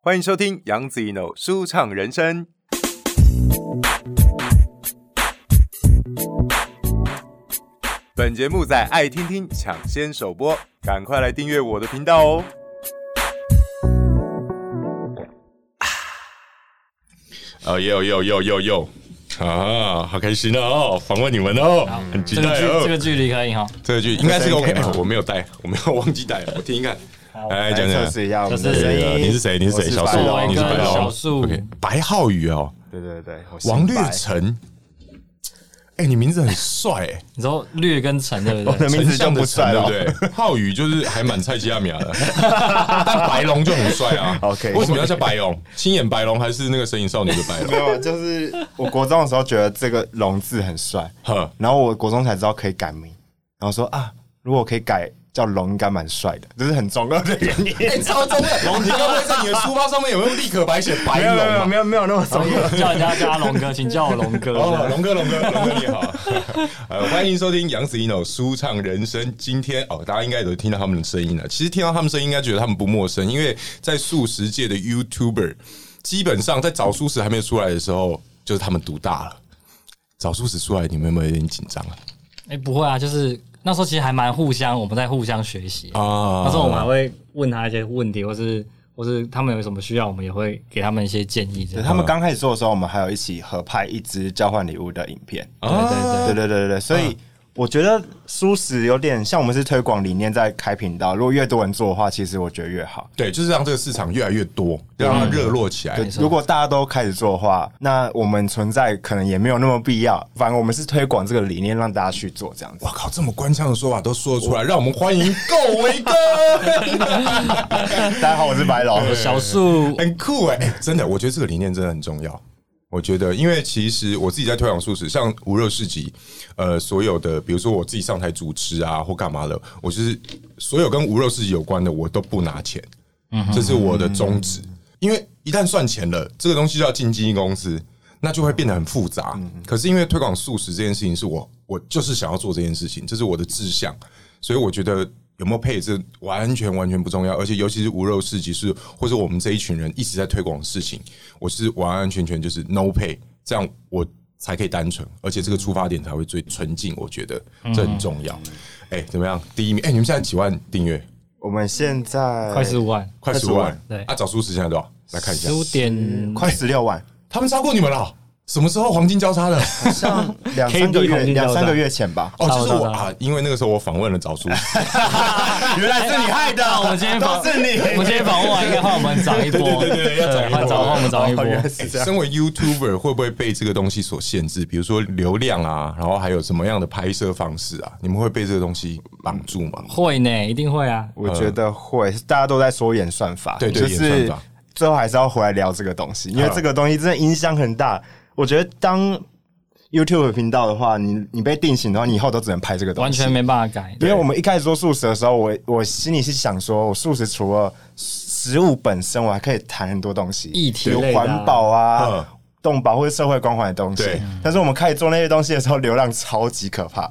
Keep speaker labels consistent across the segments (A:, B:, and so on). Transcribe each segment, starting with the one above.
A: 欢迎收听杨子一 n o 舒畅人生。本节目在爱听听抢先首播，赶快来订阅我的频道哦！
B: 啊哦，又又又又又啊，好开心哦！访问你们
C: 嗯
B: 哦，很期
D: 这个
B: 待
D: 距这
B: 哦。
D: 个距离可以哈，
B: 这个剧应该是个 OK，
C: 这个
B: 哎我没有带，我没有忘记带，我听一看。来讲
C: 测
B: 讲，
C: 试一下我们的
D: 测试
C: 声音。
B: 你是谁？你是谁？
C: 我
B: 小
C: 白
B: 树
C: 龙，
D: 我
B: 你是白
D: 跟
B: 龙
D: 小树
B: OK，白浩宇哦，
C: 对对对，我姓
B: 王略
C: 白
B: 成。哎，你名字很帅哎，
D: 你说略跟陈对不
C: 我的
D: 对？
C: 名字就不帅
B: 丞
C: 了
B: 相，的丞对不对？浩宇就是还蛮菜鸡亚米亚的，但白龙就很帅啊。
C: OK
B: 为什么要叫白龙？青眼白龙还是那个神隐少女的白
C: 没
B: 龙？
C: 有，就是我国中的时候觉得这个“龙”字很帅，
B: 呵，
C: 然后我国中才知道可以改名，然后说啊，如果可以改叫龙，应该蛮帅的，这是很重要的原 因。
B: 哎，超真的龙，你该不会在你的书包上面有用立可白写白龙啊吧？
C: 有没有那么重要。
D: 叫人家叫他龙哥，请叫我龙哥。
B: 哦，龙哥，龙哥，龙哥你好， 呃，欢迎收听杨子一诺舒畅人生。今天哦，大家应该也都听到他们的声音了。其实听到他们声音，应该觉得他们不陌生，因为在素食界的 YouTuber，基本上在早素食还没有出来的时候，就是他们独大了。早素食出来，你们有没有有点紧张啊？
D: 哎，不会啊，就是那时候其实还蛮互相，我们在互相学习。
C: 哦哎
B: 啊，
D: 那时候我们还会问他一些问题，或是或是他们有什么需要，我们也会给他们一些建议。这
C: 对
D: 样
C: 他们刚开始做的时候，我们还有一起合拍一支交换礼物的影片。
B: 啊
C: 对对对对对，所
B: 嗯
C: 以我觉得舒适有点像我们是推广理念在开频道，如果越多人做的话，其实我觉得越好。
B: 对，就是让这个市场越来越多，让它热络起来。
C: 嗯对，如果大家都开始做的话，那我们存在可能也没有那么必要。反正我们是推广这个理念，让大家去做这样子
B: 我。靠，这么官腔的说法都说得出来，让我们欢迎够维哥。
C: 大家好，我是白龙。
D: 哎小树
B: 很酷哎、欸真的，我觉得这个理念真的很重要。我觉得，因为其实我自己在推广素食，像无肉市集，呃，所有的，比如说我自己上台主持啊，或干嘛的，我就是所有跟无肉市集有关的，我都不拿钱，这是我的宗旨。因为一旦算钱了，这个东西就要进经纪公司，那就会变得很复杂。可是因为推广素食这件事情，是我我就是想要做这件事情，这是我的志向，所以我觉得有没有配置完全完全不重要，而且尤其是无肉市集是或者我们这一群人一直在推广的事情，我是完完全全就是 no pay，这样我才可以单纯，而且这个出发点才会最纯净，我觉得这很重
D: 嗯
B: 要。哎、怎么样？第一名？哎、你们现在几万订阅？
C: 我们现在
D: 快十五万，
B: 快十万？
D: 对
B: 啊，找数字现在多少？来看一下
D: 十，五点
C: 快十六万，
B: 他们超过你们了。什么时候黄金交叉的？
C: 像两三个
D: KD
C: 月
D: 黄金交叉
C: 两三个月前吧。
B: 哦，就是
D: 差不
B: 我
D: 多
B: 啊，因为那个时候我访问了找数字，
C: 哎原来是你害的，
D: 啊我们今天访
C: 都是你。
D: 我们今天访问完应该换我们涨一波，对
B: 对对要涨一波
D: 换找换我们涨一波呃
C: 哦。原来是这样。
B: 身为 YouTuber 会不会被这个东西所限制？比如说流量啊，然后还有什么样的拍摄方式啊？你们会被这个东西绑住吗？
D: 会呢，一定会啊。
C: 我觉得会，大家都在说演算法，
B: 对对
C: 就
B: 演
C: 是
B: 算法
C: 最后还是要回来聊这个东西，因为这个东西真的影响很大。我觉得当 YouTube 频道的话，你你被定型的话，你以后都只能拍这个东西，
D: 完全。没办法改。
C: 因为我们一开始做素食的时候，我我心里是想说，我素食除了食物本身，我还可以谈很多东西，
D: 议题
C: 有
D: 类的啊
C: 环保啊
B: 嗯、
C: 动保或者社会关怀的东西
B: 对。
C: 但是我们开始做那些东西的时候，流量超级可怕，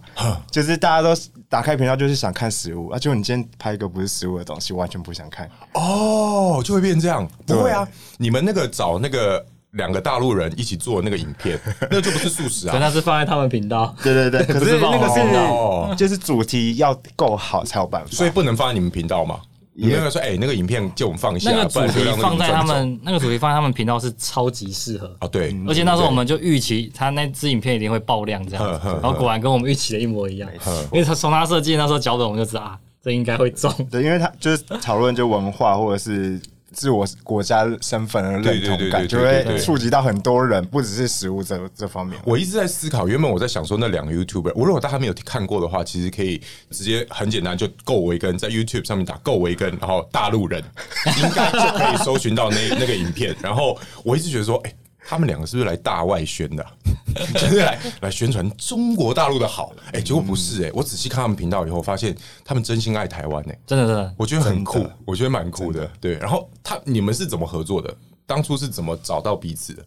C: 就是大家都打开频道就是想看食物，啊，结果你今天拍一个不是食物的东西，完全不想看。
B: 哦，就会变这样？不
C: 对
B: 会啊，你们那个找那个两个大陆人一起做那个影 片，那就不是素食
D: 可
B: 啊。
D: 那是放在他们频道，
C: 对对对，可
D: 不是
C: 是那
D: 爆红
C: 个
B: 哦
C: 是就是主题要够好才有办法，
B: 所以不能放在你们频道嘛？你们那个说，哎，那个影片借我们放一下
D: 那个，
B: 啊不
D: 主
B: 然流
D: 题
B: 量都
D: 放在
B: 赚
D: 他
B: 不走
D: 们那个主题放在他们频道是超级适合。
B: 啊，对，
D: 而且那时候我们就预期他那支影片一定会爆量这样
B: 呵
D: 子，
B: 呵呵
D: 然后果然跟我们预期的一模一样。因为他从他设计那时候脚本，我们就知道啊，这应该 会中。
C: 对，因为他就是讨论就文化或者是自我国家身份的认同
B: 对对对
C: 感，
B: 对对
C: 就
B: 对对
C: 会触及到很多人，不只是食物这这方面。
B: 我一直在思考，原本我在想说那两个 YouTuber，我如果大家没有看过的话，其实可以直接很简单就够维根，在 YouTube 上面打够维根，然后大陆人应该就可以搜寻到那 那个影片。然后我一直觉得说，哎、他们两个是不是来大外宣的啊、 就是来来宣传中国大陆的好？哎、结果不是哎、我仔细看他们频道以后，发现他们真心爱台湾哎、
D: 真的真的，
B: 我觉得很酷
C: 真的，
B: 我觉得蛮酷的。对，然后他你们是怎么合作的？当初是怎么找到彼此的？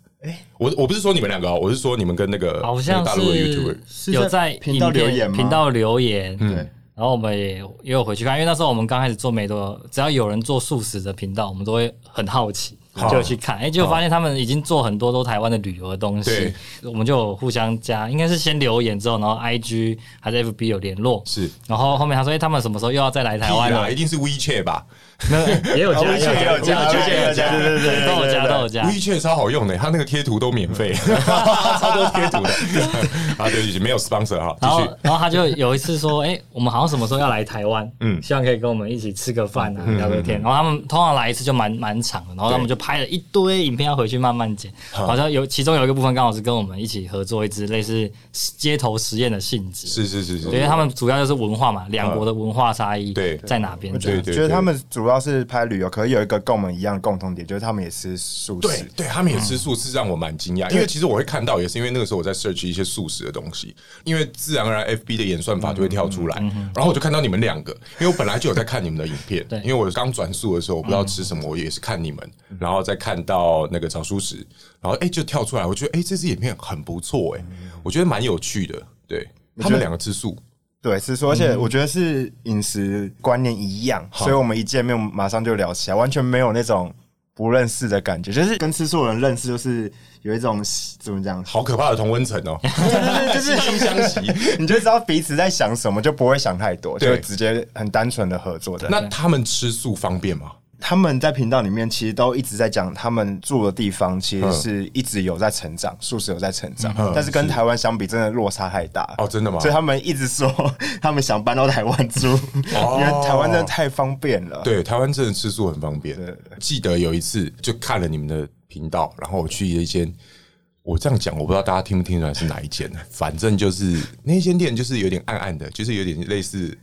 B: 我我不是说你们两个哦，我是说你们跟那个
D: 好
B: 那
D: 像
B: 个大陆的 YouTuber
D: 是有在影片
C: 频道留言吗
D: 频道留言，
B: 嗯
D: 对。然后我们也也有回去看，因为那时候我们刚开始做没多，只要有人做素食的频道，我们都会很好奇，
B: 好
D: 就有去看，哎、结果发现他们已经做很多都台湾的旅游的东西
B: 对，
D: 我们就有互相加，应该是先留言之后，然后 IG 还是 FB 有联络，
B: 是
D: 然后后面他说，哎、他们什么时候又要再来台湾
B: 屁啊
D: 了
B: 啦，一？定是 WeChat 吧
D: 没有也有加，
C: 哦，WeChat 也有加
D: 也有
C: WeChat 也有加
D: 加，
C: 对对对对
D: 都有加，
C: 对
D: 都有加。
B: ，WeChat 超好用的，它那个贴图都免 费，超多贴图的 啊，对不起，没有 sponsor 哈，继
D: 然后
B: 续，
D: 然后他就有一次说：“哎、我们好像什么时候要来台湾？
B: 嗯
D: 嗯，希望可以跟我们一起吃个饭啊，聊个天。然后他们通常来一次就蛮蛮长的，然后他们就拍了一堆影片要回去慢慢剪。好像有其中有一个部分刚好是跟我们一起合作一支类似街头实验的性质，
B: 是是是是，
D: 对，因为他们主要就是文化嘛，两国的文化差异
B: 对
D: 在哪边？
C: 我
D: 这
C: 觉
D: 样
B: 对对
C: 得觉得他们主要是拍旅游，可是有一个跟我们一样的共同点，就是他们也吃素
B: 对
C: 食。
B: 对，他们也吃素，是让我蛮惊讶，因为其实我会看到，也是因为那个时候我在 search 一些素食的东西，因为自然而然 FB 的演算法就会跳出来，然后我就看到你们两个，因为我本来就有在看你们的影片，
D: 对
B: 因为我刚转素的时候我不知道吃什么，我也是看你们，然后再看到那个找素食，然后哎、就跳出来，我觉得哎、这支影片很不错哎、我觉得蛮有趣的，对他们两个吃素，
C: 对，吃素，而
B: 嗯
C: 且我觉得是饮食观念一样，所以我们一见面马上就聊起来，完全没有那种不认识的感觉，就是跟吃素的人认识，就是有一种怎么讲，
B: 好可怕的同温层哦，
C: 就是就是
B: 惺相惜。
C: 你就知道彼此在想什么，就不会想太多，就
B: 对
C: 直接很单纯的合作的。
B: 那他们吃素方便吗？
C: 他们在频道里面其实都一直在讲，他们住的地方其实是一直有在成长，
B: 嗯
C: 素食有在成长，但是跟台湾相比，真的落差太大了
B: 哦真的吗
C: 所以他们一直说他们想搬到台湾住，因为台湾真的太方便了。
B: 哦对，台湾真的吃素很方便。记得有一次就看了你们的频道，然后我去一间，我这样讲我不知道大家听不听得出来是哪一 间呢？反正就是那间店就是有点暗暗的，就是有点类似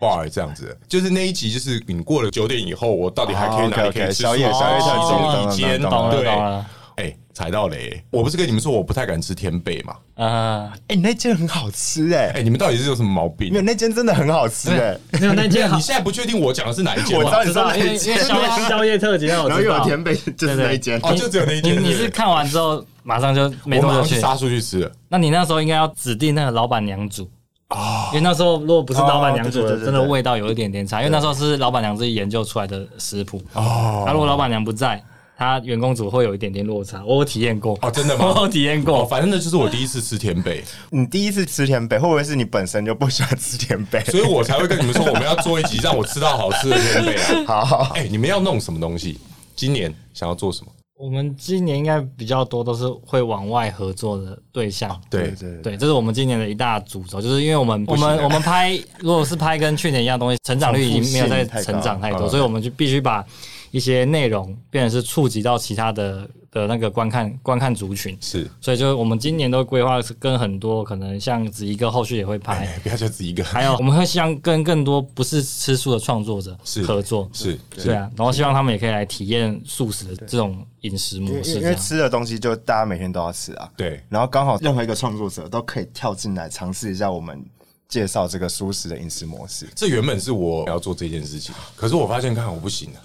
B: bar 这样子的。就是那一集就是你过了九点以后，我到底还可以哪里可以吃素？
C: 哦，OK，OK，宵夜宵夜
B: 其
C: 懂了
B: 中一间
C: 懂了
D: 懂了
B: 对
D: 懂了，
B: 哎，踩到雷、我不是跟你们说我不太敢吃天贝嘛？
D: 呃，
C: 哎、你那间很好吃哎、
B: 哎、你们到底是有什么毛病
C: 没？有那间真的很好吃哎、
D: 没有
B: 没
D: 那
B: 有
D: 间好
B: 你现在不确定我讲的是哪一间
C: 我
B: 吗
C: 知道？
D: 知道，因为因为宵夜宵夜特辑让我知道，
C: 北就
D: 对对
B: 哦，就只有那一
D: 你
B: 间。
D: 你是看完之后马上就没
B: 我
D: 多
B: 马
D: 久
B: 上去
D: 去？
B: 杀出去吃了。
D: 那你那时候应该要指定那个老板娘煮啊，因为那时候如果不是老板娘煮
C: 哦对对
D: 的，
C: 对对
D: 真的味道有一点点差。因为那时候是老板娘自己研究出来的食谱哦，那如果老板娘不在，她员工煮会有一点点落差。我有体验过
B: 哦真的吗
D: 我有体验
B: 哦，
D: 过。
B: 反正那就是我第一次吃甜北，
C: 你第一次吃甜北，会不会是你本身就不喜欢吃甜北？
B: 所以我才会跟你们说，我们要做一集让我吃到好吃的甜北 啊！
C: 好，
B: 哎、你们要弄什么东西？今年想要做什么？
D: 我们今年应该比较多都是会往外合作的对象。
B: 对，
C: 对
D: 对，这是我们今年的一大主轴，就是因为我们我
B: 行
D: 们
B: 了
D: 我们拍，如果是拍跟去年一样的东西，成长率已经没有在
C: 重复性太高
D: 成长太
B: 嗯
D: 多，所以我们就必须把一些内容变成是触及到其他的的那个观看观看族群，
B: 是。
D: 所以就是我们今年都规划是跟很多可能像子怡哥后续也会拍，
B: 哎、不要就只一个，
D: 还有我们会希望跟更多不是吃素的创作者
B: 是
D: 合作，
B: 是是
D: 对啊，然后希望他们也可以来体验素食的这种饮食模
C: 因为
D: 式，
C: 因
D: 这
C: 为
D: 样。
C: 吃的东西就大家每天都要吃啊，
B: 对
C: 然后刚好任何一个创作者都可以跳进来尝试一下我们介绍这个舒适的饮食模式。
B: 这原本是我要做这件事情，可是我发现，看我不行了，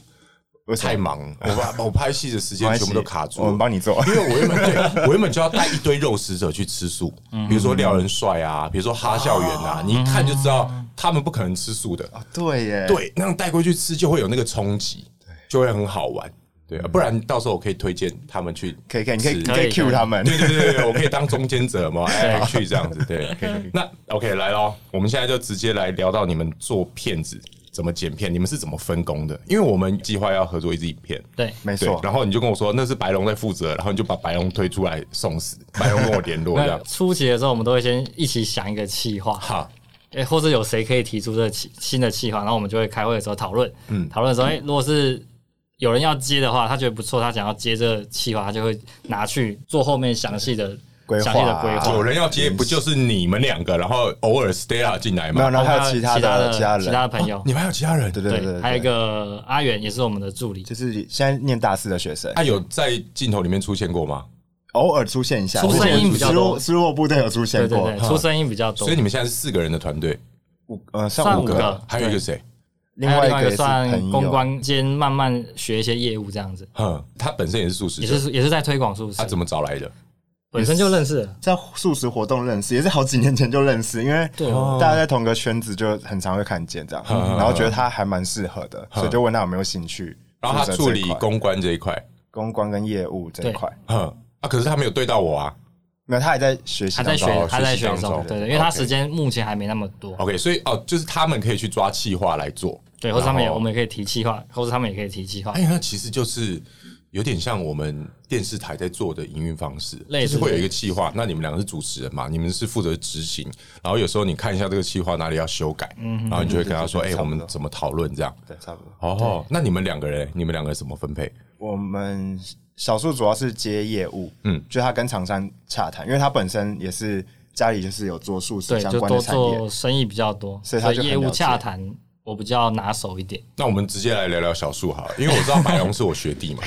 C: 为什么
B: 太忙，我把我拍戏的时
C: 没
B: 间
C: 关系
B: 全部都卡住了。
C: 我们帮嗯你做
B: 因。为我原本 对我原本就要带一堆肉食者去吃素，比如说廖仁帅啊，比如说哈孝元啊，
C: 嗯
B: 你一看就知道他们不可能吃素的。
C: 对耶，，
B: 对，那样带过去吃就会有那个冲击，就会很好玩。对，不然到时候我可以推荐他们去，
C: 嗯可以可以，你可以
B: 是
C: 你可以
D: 可以
C: Q 他们。
B: 对对对对，我可以当中间者嘛， 哎，去这样子。对，那 OK 来喽，我们现在就直接来聊到你们做片子怎么剪片，你们是怎么分工的？因为我们计划要合作一支影片。
D: 对，
C: 没
B: 对
C: 错，，
B: 然后你就跟我说那是白龙在负责，然后你就把白龙推出来送死，白龙跟我联络这
D: 那
B: 样，
D: 初期的时候，我们都会先一起想一个企划，
B: 哈，
D: 诶，哎或者有谁可以提出这个企新的计划，然后我们就会开会的时候讨论，
B: 嗯
D: 讨论的时候，哎诶，如果是有人要接的话，他觉得不错，他想要接这个计划，他就会拿去做后面详细的
C: 规划
D: 详细的规
B: 有
D: 划。
B: 人要接不就是你们两个，然后偶尔 Stella 进来
C: 嗯没有，
B: 嘛，
C: 然后还有其
D: 他
C: 他的
D: 其
C: 其他
D: 的
C: 人，
D: 朋友，
B: 你们还有其他人，
C: 对对对
D: 对，还有一个阿远也是我们的助理，
C: 就是现在念大四的学生，
B: 他哎有在镜头里面出现过吗？
C: 偶尔出现一下，
D: 出声音比较
C: 斯
D: 多
C: 洛斯洛部队有出
D: 对
C: 现
D: 对
C: 过嗯
D: 对，，出声音比较多
B: 所以，你们现在是四个人的团队，
C: 五呃
D: 算
C: 上
D: 五
C: 五
D: 个
C: 个，
B: 还有一个谁？
C: 另
D: 还有
C: 外
D: 另外一个
C: 个也是
D: 算
C: 朋
D: 公
C: 友。
D: 关兼慢慢学一些业务这样子，
B: 哼，他本身也是素食
D: 也
B: 者，
D: 是也是在推广素食
B: 他，怎么找来的？
D: 本身就认识了。
C: 在素食活动认识，也是好几年前就认识，因为
D: 对哦
C: 大家在同个圈子就很常会看见这样，然后觉得他还蛮适合的，所以就问他有没有兴趣。
B: 然后他
C: 素食
B: 处
C: 这一
B: 理
C: 块
B: 公关这一块，
C: 公关跟业务这一块。
B: 哼啊，可是他没有对到我啊。
C: 没有，他还在学习
D: 他在
C: 当中，
B: 哦
D: 学，他
B: 学
D: 在
B: 习
D: 学
B: 当中
D: 中，对对，因为他
B: OK
D: 时间目前还没那么多，
B: OK，所以哦，就是他们可以去抓企划来做。
D: 对，或者他们也
B: 然后
D: 我们也可以提计划，或者他们也可以提计划
B: 哎、，那其实就是有点像我们电视台在做的营运方式，
D: 类
B: 就
D: 似
B: 是会有一个企划。那你们两个是主持人嘛，你们是负责执行，然后有时候你看一下这个企划哪里要修改，然后你就会跟他说：“哎、
C: 嗯对对对
B: 我
C: 差不
B: 们
C: 多
B: 怎么讨论这样
C: 对，差不多。？”
B: 哦，那你们两个人，你们两个怎么分配？
C: 我们小树主要是接业务，
B: 嗯
C: 嗯，就他跟厂商洽谈，因为他本身也是家里就是有做素食
D: 对，
C: 相
D: 就
C: 关
D: 多
C: 的产业
D: 做，生意比较多，所
C: 所以他就很
D: 业务
C: 了解
D: 洽谈我比较拿手一点。
B: 那我们直接来聊聊小树好了，因为我知道白龙是我学弟 嘛。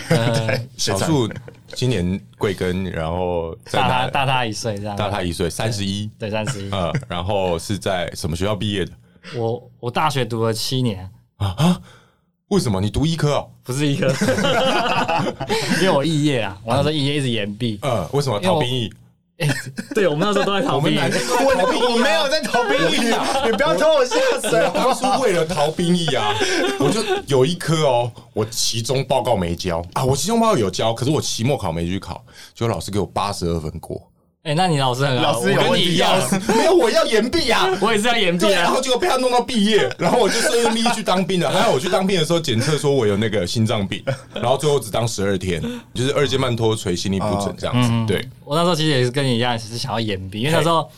B: 小树今年贵庚，然后在
D: 大
B: 哪
D: 他大他一岁这样，
B: 大他一岁，三十一，
D: 对 三十一。
B: 呃，然后是在什么学校毕业的？
D: 我我大学读了七年，
B: 为什么你读医科哦？
D: 不是一个， 因为我肄业啊，我那时候肄业一直延 毕。
B: 呃，为什么逃兵役？
D: 对，我们那时候都在逃避。
B: 我
C: 我没有在逃兵役啊！你不要拖我下水
B: 我当初为了逃兵役啊， 我就有一科哦，我期中报告没交啊，我期中报告有交，可是我期末考没去考，结果老师给我八十二分过，
D: 哎，那你老师很好，
C: 老师有
D: 我跟
C: 问
D: 你
C: 题
D: 一样，
B: 没有，我要延毕啊。
D: 我也是要延毕
B: 对，然
D: 啊
B: 后。结果被他弄到毕 业，然后我就顺利去当兵了。还好我去当兵的时候检测说我有那个心脏 病，然后最后只当十二天，就是二尖瓣脱垂、心律不整这样
D: 嗯
B: 子。对，
D: 我那时候其实也是跟你一样，是想要延毕，因为那时候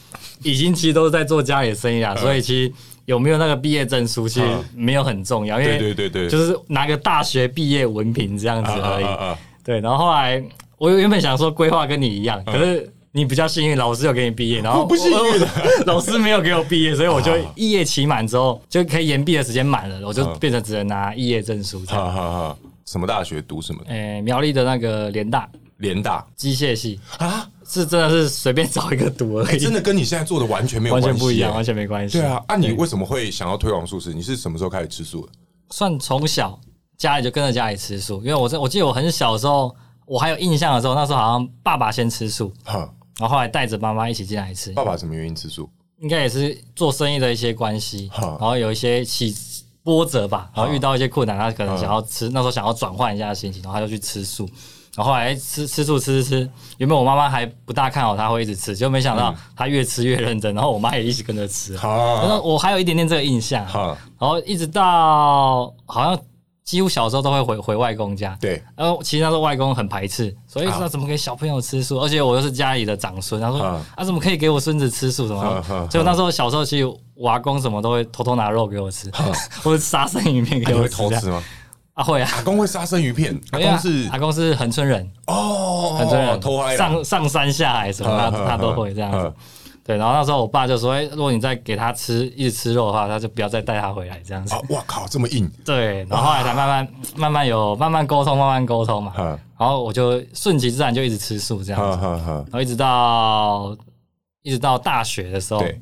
D: 已经其实都是在做家里的生
B: 嗯
D: 意啊，所以其实有没有那个毕业证书其实没有很重要，因为
B: 对对对对
D: 就是拿个大学毕业文凭这样子而已。
B: 啊啊啊
D: 对，然后后来我原本想说规划跟你一样，可是你比较幸运，老师有给你毕业，然后
B: 嗯我不幸运啊
D: 老师没有给我毕业，所以我就肄业期满之后就可以延毕的时间满了，我就
B: 嗯
D: 变成只能拿肄业证书这样。
B: 哈哈哈！啊什么大学读什么？
D: 诶、苗栗的那个联大
B: 联大
D: 机械系
B: 啊，
D: 是真的是随便找一个读而已，
B: 真的跟你现在做的完全没有
D: 完
B: 关系耶，啊
D: 全不一样，完全没关系。
B: 对啊，啊，你为什么会想要推广素食？你是什么时候开始吃素的？
D: 算从小家里就跟着家里吃素，因为我在我记得我很小的时候，我还有印象的时候，那时候好像爸爸先吃素，
B: 哈，
D: 然后后来带着妈妈一起进来吃，
B: 爸爸什么原因吃素？
D: 应该也是做生意的一些关系，
B: 哈
D: 然后有一些起波折吧，然后遇到一些困难，他可能想要吃，那时候想要转换一下心情，然后他就去吃素。然后后来吃吃素吃吃吃，原本我妈妈还不大看好他会一直吃，结果没想到他越吃越认真，然后我妈也一起跟着吃。然
B: 哈
D: 后我还有一点点这个印象，
B: 哈，
D: 然后一直到好像几乎小时候都会回回外公家，
B: 对，
D: 然后其实那时候外公很排斥，所以说怎么给小朋友吃素？而且我又是家里的长孙，他说
B: 啊
D: 啊怎么可以给我孙子吃素什
B: 啊啊啊
D: 么？就那时候小时候其实我阿公什么都会偷偷拿肉给我吃， 或者杀生鱼片
B: 啊
D: 给
B: 你
D: 我
B: 会
D: 吃
B: 偷
D: 哎这样。
B: 吃吗？
D: 啊会啊，
B: 阿公会杀生鱼片，阿
D: 因为
B: 公是
D: 阿公是恒春人，
B: 哦，
D: 很多人
B: 偷嗨啦
D: 上上山下海什么，他
B: 嗯嗯
D: 他都会这样
B: 嗯
D: 子。对，然后那时候我爸就说：“哎，如果你再给他吃，一直吃肉的话，他就不要再带他回来这样子
B: 啊。！哇靠，这么硬，”
D: 对，然后后来才慢慢慢慢有慢慢沟通，慢慢沟通嘛。
B: 嗯
D: 然后我就顺其自然就一直吃素这样
B: 哈
D: 子，
B: 哈哈，
D: 然后一直到一直到大学的时候，
B: 对，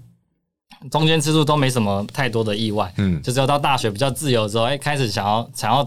D: 中间吃素都没什么太多的意外，
B: 嗯
D: 嗯，就只有到大学比较自由之后，哎、开始想要想要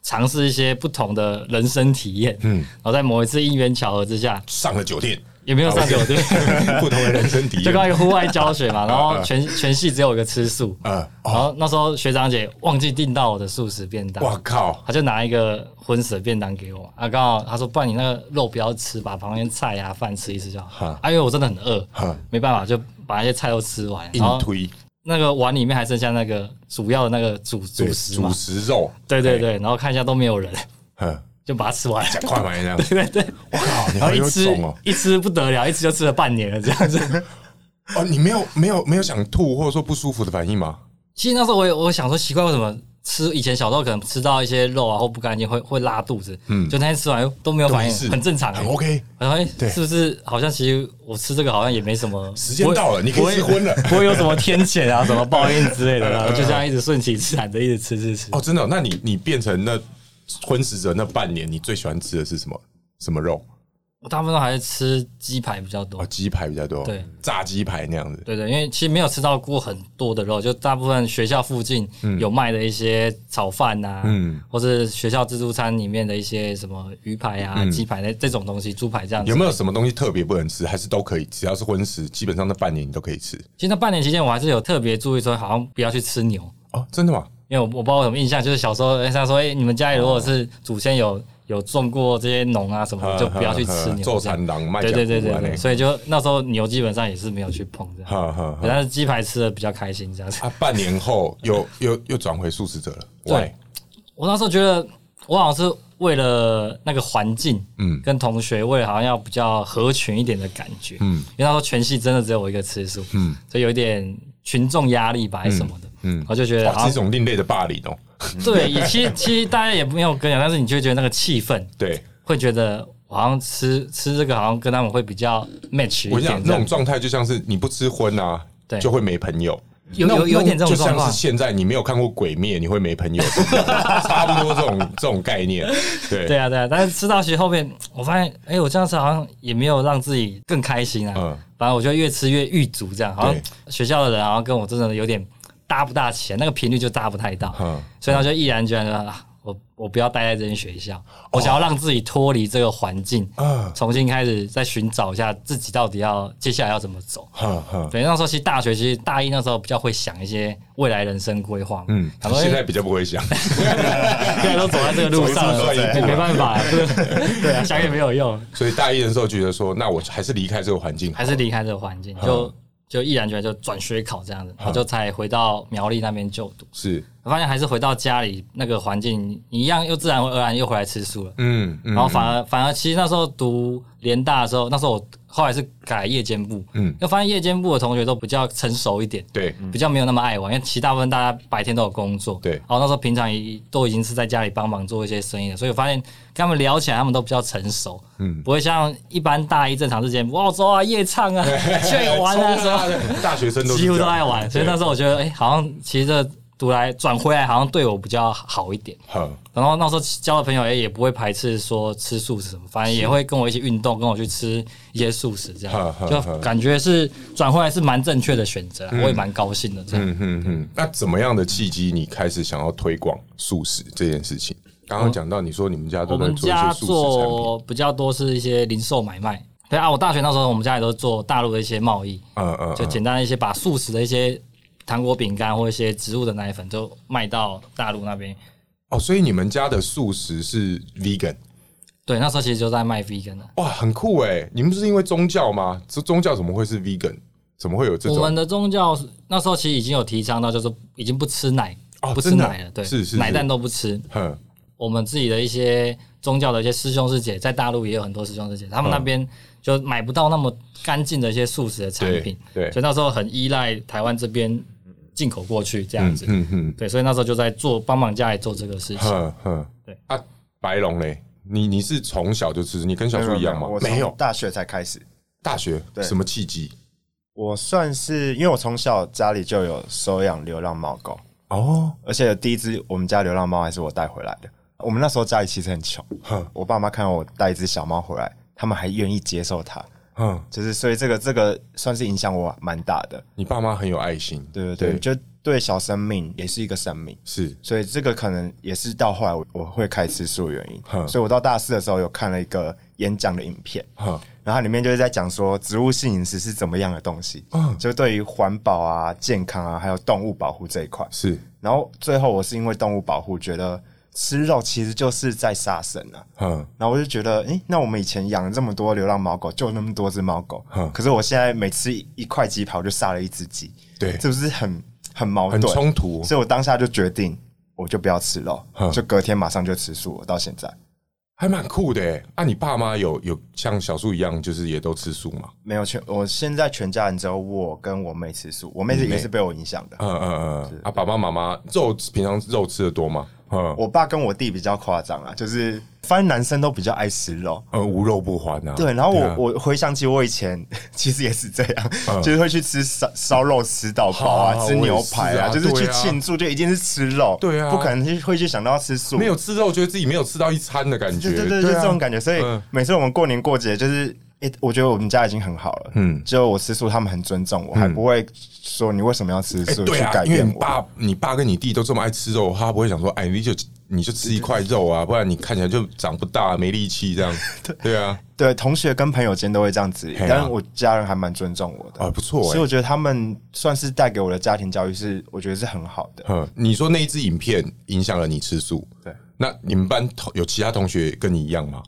D: 尝试一些不同的人生体验，
B: 嗯
D: 嗯，然后在某一次因缘巧合之下，
B: 上了酒店，
D: 也没有上酒店，
B: 不同的人生体
D: 就
B: 验
D: 搞一个户外教学 嘛，然后全全系只有一个吃素，
B: 啊，
D: 然后那时候学长姐忘记订到我的素食便当，
B: 哇靠，
D: 他就拿一个荤食的便当给我，啊，刚好他说，不然你那个肉不要吃，把旁边菜啊饭吃一吃就好
B: 哈。
D: 啊，因为我真的很饿
B: 哈，
D: 没办法，就把那些菜都吃完，然
B: 硬
D: 后
B: 推
D: 那个碗里面还剩下那个主要的那个主
B: 对
D: 主食
B: 主
D: 嘛，
B: 食肉，
D: 对对对，然后看一下都没有人，
B: 嗯，
D: 就把它 吃完。
B: 快买这样，
D: 对对，
B: 哇靠，你
D: 然
B: 好
D: 后一
B: 有
D: 吃
B: 种哦，
D: 一吃不得了，一吃就吃了半年了这样 子。
B: 哦，你没有没有没有想吐或者说不舒服的反应吗？
D: 其实那时候我也我想说奇怪，为什么吃以前小时候可能吃到一些肉啊或不干净会会拉肚子，就那天吃完都没有反
B: 都没事
D: 应，很正常、
B: 嗯很 OK。
D: 然后哎
B: 对，
D: 是不是好像其实我吃这个好像也没什么
B: 时间到了你可以吃荤了
D: 不会不会有什么天谴啊、什么报应之类的，然后就这样一直顺其自然的一直吃吃吃。
B: 哦，真的哦、那你你变成那荤食者那半年，你最喜欢吃的是什么？什么肉？
D: 我大部分都还是吃鸡排比较多
B: 哦，，鸡排比较多，
D: 对，
B: 炸鸡排那样子。
D: 对对，因为其实没有吃到过很多的肉，就大部分学校附近有卖的一些炒饭呐、
B: 嗯
D: 或是学校自助餐里面的一些什么鱼排啊、鸡排那这种东西，猪排这样子。
B: 嗯有没有什么东西特别不能吃？还是都可以？只要是荤食，基本上那半年你都可以吃。
D: 其实那半年期间，我还是有特别注意说，好像不要去吃牛，
B: 哦，真的吗？哦
D: 因为我我不知道我什么印象，就是小时候人家说，哎、你们家里如果是祖先有有种过这些农啊什么 的，就不要去吃牛。
B: 哦做产狼卖
D: 对对对对
B: 甲骨
D: 对，
B: 啊
D: 所以就那时候牛基本上也是没有去碰这样，
B: 哈哈哈
D: 但是鸡排吃的比较开心这样子。
B: 啊，半年后又又又转回素食者了。
D: 对，我那时候觉得我好像是为了那个环境，
B: 嗯
D: 嗯，跟同学为了好像要比较合群一点的感觉，嗯，
B: 嗯
D: 因为那时候全系真的只有我一个吃素，
B: 嗯
D: 嗯，所以有一点群众压力吧还是什么的，
B: 嗯
D: 嗯，我就觉得
B: 哇，
D: 好
B: 这
D: 像
B: 种另类的霸凌哦。
D: 对，也其实其实大家也没有跟讲，但是你就会觉得那个气氛
B: 对，
D: 会觉得我好像吃吃这个好像跟他们会比较 match
B: 我跟
D: 一
B: 你讲
D: 点，这
B: 那
D: 样
B: 种状态就像是你不吃荤啊，
D: 对
B: 就会没朋友。
D: 有
B: 那
D: 有有点这种
B: 就像
D: 状况
B: 是现在你没有看过《鬼灭》，你会没 朋友，是一样的差不多这种这种概念。对
D: 对啊对啊，但是吃到其实后面我发现，哎、我这样吃好像也没有让自己更开心啊，
B: 嗯
D: 反正我就越吃越狱足这样，好像
B: 对
D: 学校的人好像跟我真的有点搭不大起来，那个频率就搭不太到，
B: 嗯
D: 所以他就毅然决然的、啊，我我不要待在这间学校，我
B: 哦
D: 想要让自己脱离这个环境，
B: 啊
D: 重新开始再寻找一下自己到底要接下来要怎么走。
B: 哈哈，
D: 对，那时候其实大学其实大一那时候比较会想一些未来人生规划嘛，
B: 嗯
D: 嗯，，
B: 现在比较不会想。
D: 现在都走在这个路上
B: 走
D: 了，
B: 一步算一步
D: 没办法，对啊，想也没有用，
B: 所以大一的时候觉得说，那我还是离开这个环境好
D: 还
B: 了，
D: 是离开这个环
B: 嗯
D: 境，就就毅然决然就转学考这样子，我就才回到苗栗那边就读。
B: 是
D: 我发现还是回到家里那个环境，你一样又自然而然又回来吃素了。
B: 嗯，嗯
D: 然后反而反而其实那时候读联大的时候，那时候我后来是改夜间部，
B: 嗯
D: 嗯，又发现夜间部的同学都比较成熟一点，
B: 对
D: 比较没有那么爱玩，因为其实大部分大家白天都有工作，
B: 对
D: 然后那时候平常也都已经是在家里帮忙做一些生意了，所以我发现跟他们聊起来，他们都比较成熟，
B: 嗯
D: 嗯，不会像一般大一正常之间，哇，走啊，夜唱啊， 去玩 啊，什么，
B: 大学生都是
D: 几乎
B: 这
D: 都
B: 样
D: 爱玩，所以那时候我觉得，哎、好像其实这读来转回来，好像对我比较好一点。
B: 哼
D: 然后那时候交的朋友也也不会排斥说吃素食什么，反正也会跟我一起运动，跟我去吃一些素食，这
B: 呵
D: 样
B: 呵呵
D: 就感觉是转回来是蛮正确的选择啊，我也蛮高兴的。这样
B: 嗯哼哼，那怎么样的契机你开始想要推广素食这件事情？刚刚讲到你说你们家
D: 我
B: 都在
D: 们
B: 做一
D: 嗯家
B: 些素食产品，
D: 做比较多是一些零售买卖，对啊，我大学那时候我们家也都做大陆的一些贸易，
B: 嗯嗯，
D: 就简单一些，把素食的一些糖果、饼干或一些植物的奶粉就卖到大陆那边。
B: 哦，所以你们家的素食是 vegan，
D: 对，那时候其实就在卖 vegan 的。
B: 哇，很酷哎！你们不是因为宗教吗？这宗教怎么会是 vegan？怎么会有这
D: 我
B: 种
D: 们？的宗教是那时候其实已经有提倡到，就是已经不吃奶，
B: 哦
D: 不吃
B: 真的
D: 奶了，对，
B: 是是是
D: 奶蛋都不吃。
B: 哼，
D: 我们自己的一些宗教的一些师兄师姐，在大陆也有很多师兄师姐，
B: 嗯
D: 他们那边就买不到那么干净的一些素食的产品，
B: 对对
D: 所以那时候很依赖台湾这边进口过去这样子，
B: 嗯哼，
D: 对，所以那时候就在做帮忙家里做这个事情。
B: 哼哼，
D: 对
B: 啊，白龙嘞，你你是从小就吃，你跟小叔一样吗？
C: 我从
B: 没有，
C: 大学才开始。
B: 大学
C: 对
B: 什么契机？
C: 我算是因为我从小家里就有收养流浪猫狗，
B: 哦，
C: 而且第一只我们家流浪猫还是我带回来的。我们那时候家里其实很穷
B: 哼，
C: 我爸妈看到我带一只小猫回来，他们还愿意接受它，
B: 嗯，
C: 就是所以这个这个算是影响我蛮大的，
B: 你爸妈很有爱心，
C: 对对对，就对小生命也是一个生命，
B: 是
C: 所以这个可能也是到后来我我会开始吃素的原
B: 哼
C: 因。所以我到大四的时候有看了一个演讲的影片，
B: 哼
C: 然后里面就是在讲说植物性饮食是怎么样的东西，
B: 嗯
C: 就对于环保啊、健康啊，还有动物保护这一块。
B: 是
C: 然后最后我是因为动物保护，觉得吃肉其实就是在杀生啊。
B: 哼。
C: 然后我就觉得，诶、那我们以前养了这么多流浪猫狗，就那么多只猫狗
B: 嗯，
C: 可是我现在每吃一块鸡排，我就杀了一只鸡，
B: 对
C: 这不是很很矛
B: 很
C: 盾、
B: 冲突
C: 所以我当下就决定，我就不要吃肉
B: 嗯，
C: 就隔天马上就吃素，我到现在
B: 还蛮酷的欸啊！你爸妈有有像小树一样，就是也都吃素嘛？
C: 没有全，我现在全家人只有我跟我妹吃素，我妹
B: 妹
C: 也是被我影响的。
B: 嗯嗯嗯。啊，爸爸妈妈肉平常肉吃的多吗？嗯，
C: 我爸跟我弟比较夸张啊，就是反正男生都比较爱吃肉，
B: 呃无肉不欢啊。
C: 对，然后我、
B: 啊
C: 我回想起我以前其实也是这样，就是会去吃烧烧肉吃到饱
B: 啊
C: 啊，吃
B: 我也
C: 牛
B: 是
C: 排啊，
B: 啊
C: 就是
B: 对
C: 去
B: 啊
C: 庆祝就一定是吃肉，
B: 对啊
C: 不可能去会去想到要吃素，
B: 没有吃肉，觉得自己没有吃到一餐的感觉。
C: 对，对对对，就
B: 啊
C: 这种感觉。所以
B: 嗯
C: 每次我们过年过节就是。诶我觉得我们家已经很好了，
B: 嗯
C: 嗯，只有我吃素，他们很尊重我，还不会说你为什么要吃
B: 哎
C: 素、
B: 对
C: 去
B: 啊，
C: 改
B: 因为
C: 变
B: 你
C: 我。
B: 爸、你爸跟你弟都这么爱吃肉，他不会想说，哎，你就你就吃一块肉啊，不然你看起来就长不大，没力气这样。对啊，
C: 对，同学跟朋友间都会这样子，
B: 嘿啊
C: 但是我家人还蛮尊重我的
B: 啊，不错
C: 所以
B: 哎
C: 我。觉得他们算是带给我的家庭教育是，我觉得是很好的。
B: 嗯，你说那一支影片影响了你吃素，
C: 对，
B: 那你们班同有其他同学跟你一样吗？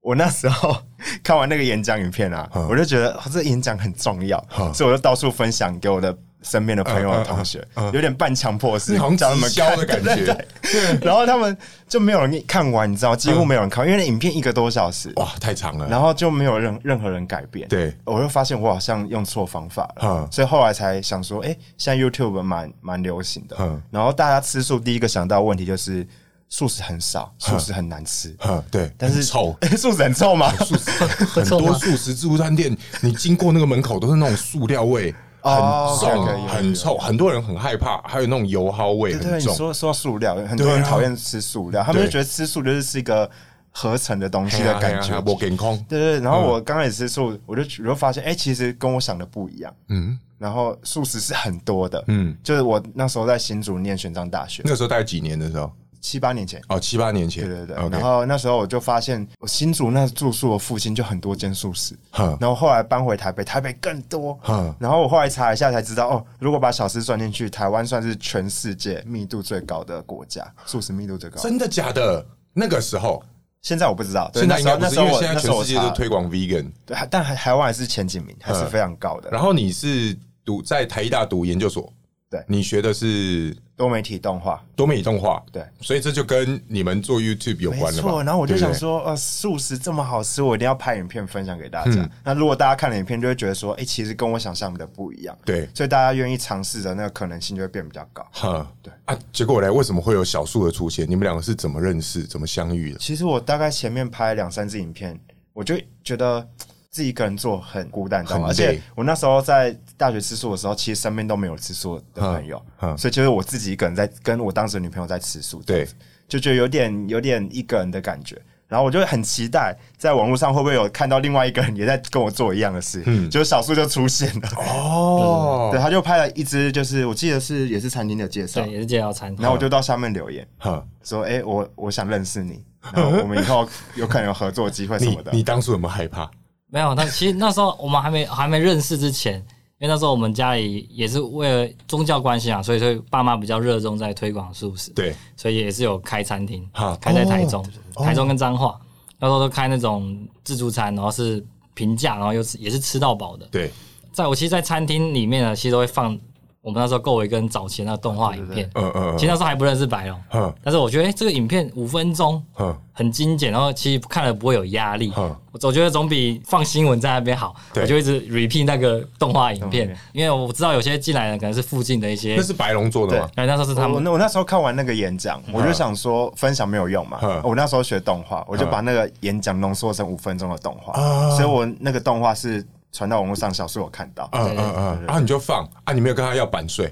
C: 我那时候 看完那个演讲影片啊，我就觉得、哦、这演讲很重要，
B: 嗯
C: 所以我就到处分享给我的身边的朋友、同学，
B: 嗯
C: 有点半强迫式，
B: 你好像
C: 叫他们
B: 直销
C: 看
B: 的感
C: 对对对 然后他们就没有人看完，你知道，几
B: 嗯
C: 乎没有人看，因为那影片一个多小时，
B: 哇，太长了。
C: 然后就没有任任何人改
B: 嗯
C: 变。
B: 对，
C: 我就发现我好像用错方法了，
B: 嗯
C: 所以后来才想说，哎、现在 YouTube 蛮蛮流行的，
B: 嗯
C: 然后大家吃素第一个想到的问题就是素食很少，素食很难吃，
B: 嗯，对，
C: 但是，
B: 很臭 嗯
C: 素食很臭吗？
B: 素食
D: 会
B: 很
D: 臭
B: 多
D: 吗
B: 素食自助餐店，你经过那个门口都是那种塑料味，很
C: 哦
B: 重
C: 可以可以，可以
B: 很臭，很多人很害怕，还有那种油蒿味
C: 对对，
B: 很
C: 你
B: 重。
C: 说说到塑料，很多人
B: 对啊
C: 讨厌吃塑料，他们就
B: 对
C: 觉得吃素就是吃一个合成的东西的感觉。
B: 我给空。
C: 对对，对然后我刚开始吃素，我就我就发现，哎、其实跟我想的不一样。
B: 嗯，
C: 然后素食是很多的，
B: 嗯
C: 嗯，就是我那时候在新竹念玄奘大学，
B: 那个时候大概几年的时候？
C: 七八年前，
B: 哦，七八年前。
C: 对对对。
B: OK
C: 然后那时候我就发现，我新竹那住宿的附近就很多间素食，
B: 哼
C: 然后后来搬回台北，台北更多
B: 哼。
C: 然后我后来查一下才知道，哦，如果把小吃算进去，台湾算是全世界密度最高的国家，素食密度最高。
B: 真的假的？那个时候，
C: 现在我不知道，对
B: 现在应该
C: 那
B: 不
C: 时
B: 是，
C: 候
B: 因为
C: 那时候我
B: 现在
C: 那时候
B: 全
C: 我
B: 世界都
C: 查
B: 推广 vegan。
C: 对，但还台湾还是前几名，还是非常高的。
B: 然后你是读在台大读研究所，
C: 对
B: 你学的是
C: 多媒体动画，
B: 多媒体动画，
C: 对
B: 所以这就跟你们做 YouTube 有
C: 没
B: 关了嘛
C: 错，。然后我就
B: 对不对
C: 想，说，呃，素食这么好吃，我一定要拍影片分享给大家。
B: 嗯
C: 那如果大家看了影片，就会觉得说，哎、其实跟我想象的不一样。
B: 对
C: 所以大家愿意尝试的那个可能性就会变比较高。
B: 哈，
C: 对
B: 啊，结果来为什么会有小树的出现？你们两个是怎么认识、怎么相遇的？
C: 其实我大概前面拍两三支影片，我就觉得嘖自己一个人做很孤单，你知道吗？
B: 很
C: 而且
B: 累
C: 我那时候在大学吃素的时候，其实身边都没有吃素的朋友，
B: 嗯嗯
C: 所以就是我自己一个人在跟我当时的女朋友在吃素，
B: 对，
C: 就觉得有点有点一个人的感觉。然后我就很期待，在网络上会不会有看到另外一个人也在跟我做一样的事，嗯，就小树就出现了，
B: 哦
C: 对，，他就拍了一支，就是我记得是也是餐厅的介绍
D: 对，，也是介绍餐厅。
C: 然后我就到下面留言，
B: 哈，
C: 说：“哎、我我想认识你，然后我们以 后有可能有合作机会什
B: 你
C: 么的。
B: 你当初有没有害怕？
D: 没有，但其实那时候我们还没还没认识之前，因为那时候我们家里也是为了宗教关系啊，所以所以爸妈比较热衷在推广素食，，
B: 对，
D: 所以也是有开餐厅
B: 啊，
D: 开在台中，台中跟彰化，那时候都开那种自助餐，然后是平价，然后又是也是吃到饱的。
B: 对，
D: 在我其实，在餐厅里面呢，其实都会放我们那时候够维跟早前那个动画影片，
B: 嗯嗯
D: 其实那时候还不认识白龙，
B: 嗯，
D: 但是我觉得哎、诶这个影片五分钟
B: 哼哼，
D: 很精简，然后其实看了不会有压力。
B: 嗯
D: 我我觉得总比放新闻在那边好。
B: 对
D: 我就一直 repeat 那个动画影
C: 动
D: 片，因为我知道有些进来的可能是附近的一些
B: 那，是白龙做的吗？
D: 对，那时候是他
C: 我
D: 们嗯
C: 那我那时候看完那个演讲，我就想说分享没有用嘛
B: 嗯。
C: 我那时候学动画，我就把那个演讲浓缩成五分钟的动画，
D: 啊
C: 所以我那个动画是传到网络上，小数有看到。
B: 嗯嗯嗯，啊，你就放啊，你没有跟他要版 税。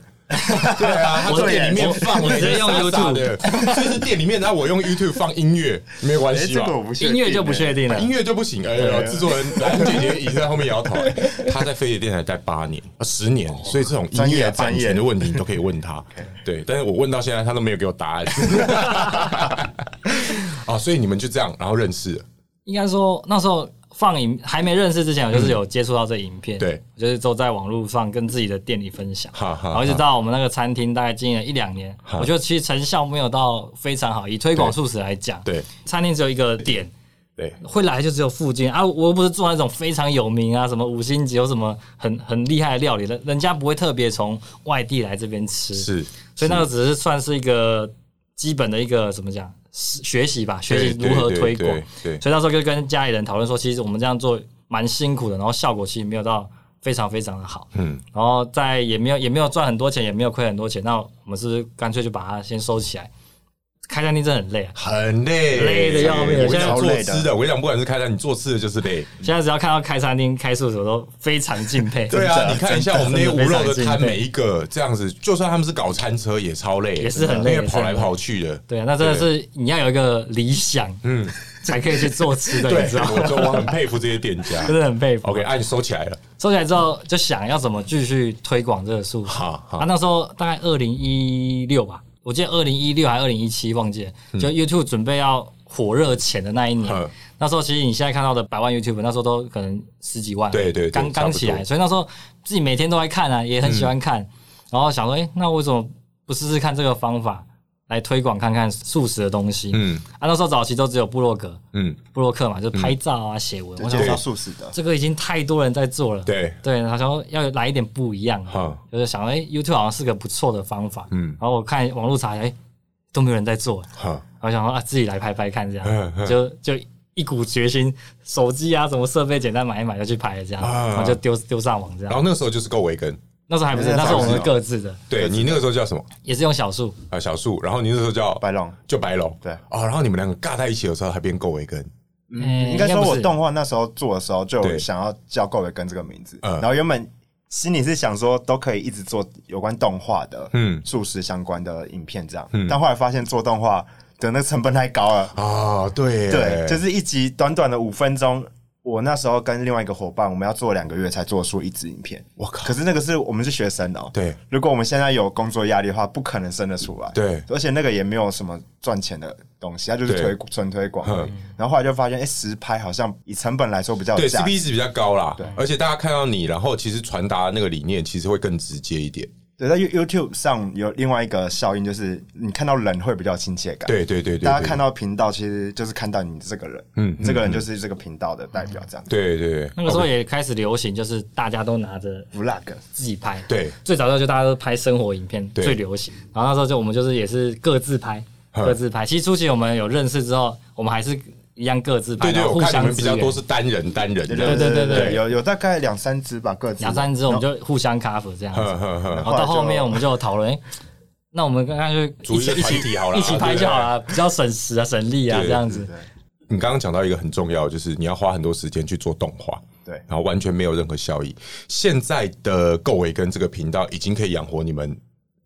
B: 对啊，他
D: 我
B: 在店里面
D: 我
B: 放，
D: 我直接用 YouTube
B: 的，所以是店里面，然后我用 YouTube 放音乐，没有关
C: 哎、
B: 系
C: 这
B: 吧
C: 个？我不确定
D: 哦音乐就不确定了
B: 音。乐就不行，哎呦，制作人蓝姐姐椅子在后面也要讨。 他在飞碟电台待八年，啊十年，
C: 哦
B: 所以这种音乐版权的问题你都可以问他。对，但是我问到现在，他都没有给我答案。 啊，所以你们就这样，然后认识了。
D: 应该说那时候放影还没认识之前，我就是有接触到这影片，
B: 对，
D: 我就是都在网络上跟自己的店里分享，
B: 哈哈
D: 然后一直到我们那个餐厅大概经营了一两年，
B: 哈
D: 我觉得其实成效没有到非常好，以推广素食来讲，
B: 对
D: 餐厅只有一个点。
B: 对，
D: 会来就只有附近啊，我又不是做那种非常有名啊，什么五星级有什么很很厉害的料理，人人家不会特别从外地来这边吃，，
B: 是
D: 所以那个只是算是一个基本的一个怎么讲学习吧，学习
B: 对
D: 如何
B: 对
D: 推
B: 对
D: 广。
B: 对，
D: 所以那时候就跟家里人讨论说，其实我们这样做蛮辛苦的，然后效果其实没有到非常非常的好，
B: 嗯，
D: 然后在也没有也没有赚很多钱，也没有亏很多钱，那我们是不是干脆就把它先收起来。开餐厅真的很累啊，
B: 很累，
D: 累得要命
B: 我跟你讲，
C: 现在
B: 做吃的，我跟你讲，不管是开单，你做吃的就是累。
D: 现在只要看到开餐厅、开素食，我都非常敬 佩。
B: 对啊，你看一下我们那些无肉的
D: 真的
B: 摊，每一个这样子，就算他们是搞餐车也超累，
D: 也是很累
B: 因为跑来跑去的。
D: 对啊，那真的是你要有一个理想，嗯， 才可以去做吃的，你知道吗？
B: 我就我很佩服这些店家
D: 真。的很佩服。
B: OK，啊，你收起来了，
D: 收起来之后，就想要怎么继续推广这个素食。
B: 好好
D: 啊，那时候大概二零一六吧，我记得二零一六还二零一七，忘记了。就 YouTube 准备要火热前的那一年
B: 嗯，
D: 那时候其实你现在看到的百万 YouTube，那时候都可能十几万，
B: 对对对
D: 刚刚起
B: 差不
D: 来，
B: 多
D: 所以那时候自己每
B: 嗯
D: 天都在看啊，也很喜欢看，然后想说，哎、那为什么不试试看这个方法？来推广看看素食的东西。
B: 嗯
D: 啊，那时候早期都只有部落格、
B: 嗯，
D: 部落客嘛，就是拍照啊、写文。我
C: 介
D: 想
C: 绍
D: 说，
C: 素食的，
D: 这个已经太多人在做了。
B: 对
D: 对，好像要来一点不一样啊
B: 好，
D: 就是想，哎，YouTube 好像是个不错的方法。
B: 嗯
D: 嗯，然后我看网络查，哎，都没有人在做，
B: 好，
D: 然后想说啊，自己来拍拍看，这
B: 嗯嗯
D: 样就就一股决心，手机啊什么设备简单买一买就去拍了，这样，
B: 啊哦
D: 然后就丢丢上网这
B: 然
D: 样。
B: 后那个时候就是够维根，
D: 那时候还不是，那时候我们各自的，
B: 对你那个时候叫什么
D: 也是用小数，
B: 啊？小树，然后你那时候叫
C: 白龙
B: 就白龙，
C: 对
B: 哦，然后你们两个尬在一起的时候，还变够维根，
D: 嗯
C: 应该说
D: 不
C: 我
D: 是
C: 动画那时候做的时候就
B: 对
C: 有想要叫够伟根这个名字，
B: 嗯
C: 然后原本心里是想说都可以一直做有关动画的，
B: 嗯
C: 嗯，素食相关的影片这样
B: 嗯，
C: 但后来发现做动画的那成本太 高了，
B: 啊，对耶，
C: 对，就是一集短短的五分钟。我那时候跟另外一个伙伴，我们要做两个月才做出一支影片。
B: 我靠
C: 可是那个是我们是学生哦、
B: 对，
C: 如果我们现在有工作压力的话，不可能生得出来。
B: 对
C: 而且那个也没有什么赚钱的东西，它就是
B: 对
C: 推纯推广而已
B: 嗯。
C: 然后后来就发现，哎、实拍好像以成本来说比较有
B: 对
C: 价
B: CP
C: 值。
B: 值比较高啦
C: 对，
B: 而且大家看到你，然后其实传达那个理念，其实会更直接一点。
C: 对，在 You- YouTube 上有另外一个效应，就是你看到人会比较有亲切感。
B: 对对对对，
C: 大家
B: 对
C: 看到频道，其实就是看到你这个人，
B: 嗯
C: 嗯，这个人就是这个频道的代表，这样子。
B: 对对对，
D: 那个时候
B: OK，
D: 也开始流行，就是大家都拿着
C: Vlog
D: 自己拍。
B: 对，
D: 最早的时候就大家都拍生活影片
B: 对
D: 最流行，然后那时候就我们就是也是各自拍，
B: 嗯
D: 各自拍。其实初期我们有认识之后，我们还是一样各自拍，
B: 对对，
D: 然后
B: 我
D: 互
B: 看你
D: 相
B: 们比
D: 支
B: 较
D: 援。
B: 多是单人单人
D: 对
B: 的，
D: 对对对
C: 有有大概两三支吧，各自
D: 两三支我们就互相 cover 这样子，
B: 呵呵呵
D: 然后到后面我们就有讨 论。诶那我们刚刚就
B: 组
D: 一
B: 一个
D: 起一
B: 团体
D: 起
B: 好了啊
D: 一起拍就好了，比较省时啊，省力啊，
B: 对
D: 这样子。
B: 你刚刚讲到一个很重要，就是你要花很多时间去做动画，
C: 对
B: 然后完全没有任何效益。现在的够维跟这个频道已经可以养活你们，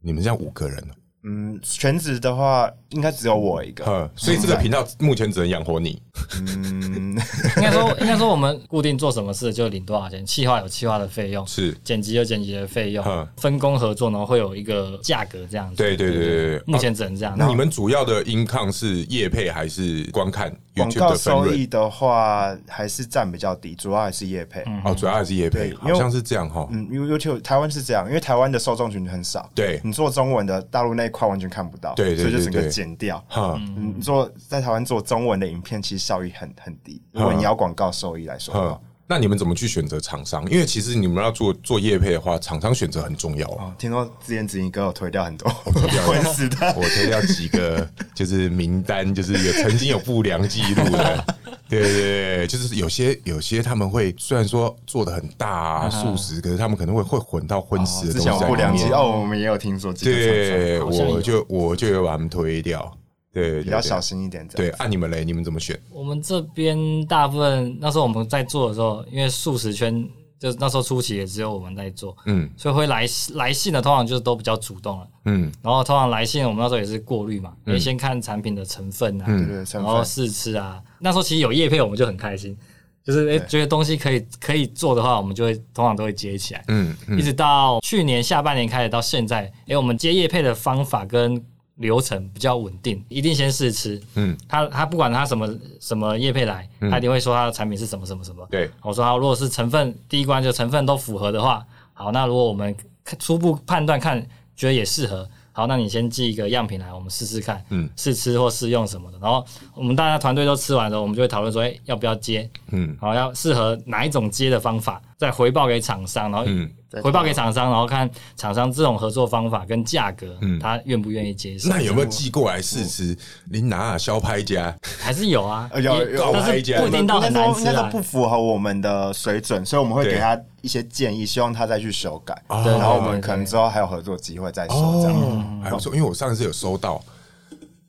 B: 你们这样五个人了，
C: 嗯，全职的话应该只有我一个，
B: 嗯，所以这个频道目前只能养活你，
C: 嗯，
D: 应该说， 应该说我们固定做什么事就领多少钱，企划有企划的费用，
B: 是
D: 剪辑有剪辑的费
B: 嗯
D: 用，分工合作呢会有一个价格这样子。
B: 对对对对对
D: 目前只能这样。
B: 那你们主要的 income 是业配还是观看
C: 广
B: YouTube
C: 告
B: 的分
C: 收
B: 润？
C: 益的话还是占比较低，主要还是业配。
D: 嗯
B: 哦，主要还是业配，
C: 对因
B: 好
C: 为
B: 像是这样哈。
C: 嗯，因为 YouTube 台湾是这样，因为台湾的受众群很少，
B: 对
C: 你做中文的大陆那一块完全看不到，
B: 对对对
C: 所以就整
B: 对
C: 个剪掉。
B: 哈，
C: 嗯，你做在台湾做中文的影片，其实效益很很低。如果
B: 嗯
C: 你要广告收益来说的话
B: 嗯，那你们怎么去选择厂商？因为其实你们要做做业配的话，厂商选择很重要啊。
C: 哦，听说之前子怡哥有推掉很
B: 哦
C: 多混死 的，
B: 我推掉几 个就是名单，就是有曾经有不良记录的， 对对对，对就是有些有些他们会虽然说做的很大啊，素食，可是他们可能会会混到荤食的
C: 之
B: 东西
C: 前
B: 在
C: 有不良
B: 里
C: 记
B: 面。
C: 哦，我们也有听说，
B: 对，
D: 好像有
B: 我就我就有把他们推掉，对，对
C: 比较小。
B: 对
C: 心一点，这样
B: 对，按你们嘞，你们怎么选？
D: 我们这边大部分那时候我们在做的时候，因为素食圈就是那时候初期也只有我们在做，
B: 嗯
D: 所以会来信来信的通常就是都比较主动了。
B: 嗯
D: 然后通常来信我们那时候也是过滤嘛，也先看产品的成分啊，
B: 嗯
C: 对对，成
D: 然
C: 分
D: 后试吃啊。那时候其实有叶配我们就很开心，就是诶、觉得东西可以可以做的话，我们就会通常都会接起来。
B: 嗯嗯，
D: 一直到去年下半年开始到现在，诶、我们接业配的方法跟流程比较稳定，一定先试吃。
B: 嗯
D: 嗯，他他不管他什么什么业配来，他一定会说他的产品是什么什么什么。
B: 对
D: 我说他如果是成分第一关就成分都符合的话，好，那如果我们看初步判断看觉得也适合。好，那你先寄一个样品来，我们试试看，
B: 嗯
D: 嗯，试吃或试用什么的。然后我们大家团队都吃完了，我们就会讨论说，诶，要不要接？
B: 嗯
D: 好，要适合哪一种接的方法，再回报给厂商，然后
B: 嗯
D: 回报给厂商，然后看厂商这种合作方法跟价格，他愿不愿意接
B: 嗯
D: 受？
B: 那有没有寄过来试吃？林拿啊，肖拍家，
D: 还是有啊，
C: 呃有
D: 也
C: 有
D: 但
B: 有
D: 是不一定到很难
C: 应
D: 吃
C: 该说
D: 啊
C: 不。符合我们的水准，所以我们会
B: 对
C: 给他一些建议，希望他再去修改。
B: 哦
C: 然后我们
D: 对对
C: 可能之后还有合作机会再说。这样，
B: 哦，还不错，因为我上一次有收到。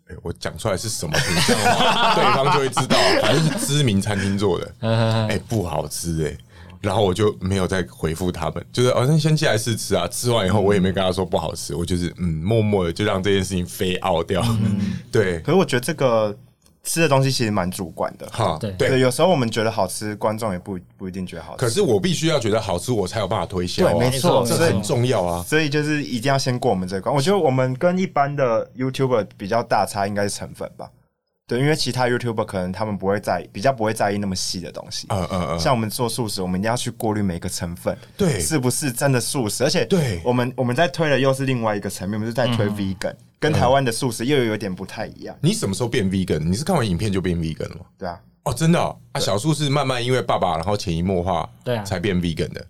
B: 哎我讲出来是什么品相的话，对方就会知道，反正是知名餐厅做的，
D: 嗯
B: 哎、不好吃哎、然后我就没有再回复他们，就是哦好像、那先寄来试吃啊，吃完以后我也没跟他说不好吃，我就是嗯，默默的就让这件事情飞傲掉，对，
C: 可是我觉得这个吃的东西其实蛮主观的。
B: 哈，
D: 对
C: 对，
B: 对。
C: 有时候我们觉得好吃，观众也不不一定觉得好吃。
B: 可是我必须要觉得好吃，我才有办法推销、啊，
C: 对没
D: 错
B: 这
D: 没错
B: 很重要啊。
C: 所以就是一定要先过我们这一关。我觉得我们跟一般的 YouTuber 比较大差应该是成分吧。对，因为其他 YouTuber 可能他们不会在意，比较不会在意那么细的东西。
B: 嗯嗯嗯，
C: 像我们做素食，我们一定要去过滤每一个成分，
B: 对
C: 是不是真的素食？而且，
B: 对嗯
C: 我们我们在推的又是另外一个层面，我们是在推 vegan，、跟台湾的素食又有点不太一样，
B: 你什么时候变 vegan？你是看完影片就变 vegan 了吗？
C: 对啊，
B: 哦，真的哦、啊，小树是慢慢因为爸爸，然后潜移默化，
D: 对啊
B: 才变 vegan 的，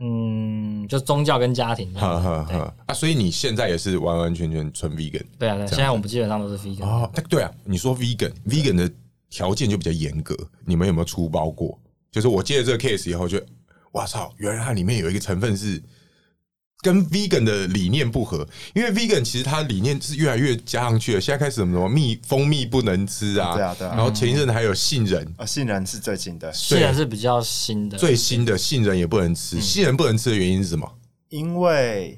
D: 嗯，就宗教跟家庭这样
B: 呵
D: 子。
B: 呵呵啊，所以你现在也是完完全全纯 vegan
D: 对啊，对啊，现在我们基本上都是 vegan。
B: 哦，但对啊，你说 vegan，vegan 的条件就比较严格，你们有没有出包过？就是我接了这个 case 以后就，哇操，原来它里面有一个成分是跟 vegan 的理念不合，因为 vegan 其实它理念是越来越加上去了，现在开始什么什么蜜蜂蜜不能吃啊，
C: 对啊对啊
B: 然后前一阵子还有杏仁。
C: 啊，杏仁是最近的，
D: 虽然是比较新的，
B: 最新的杏仁也不能
D: 嗯
B: 吃，杏仁不能吃的原因是什么？
C: 因为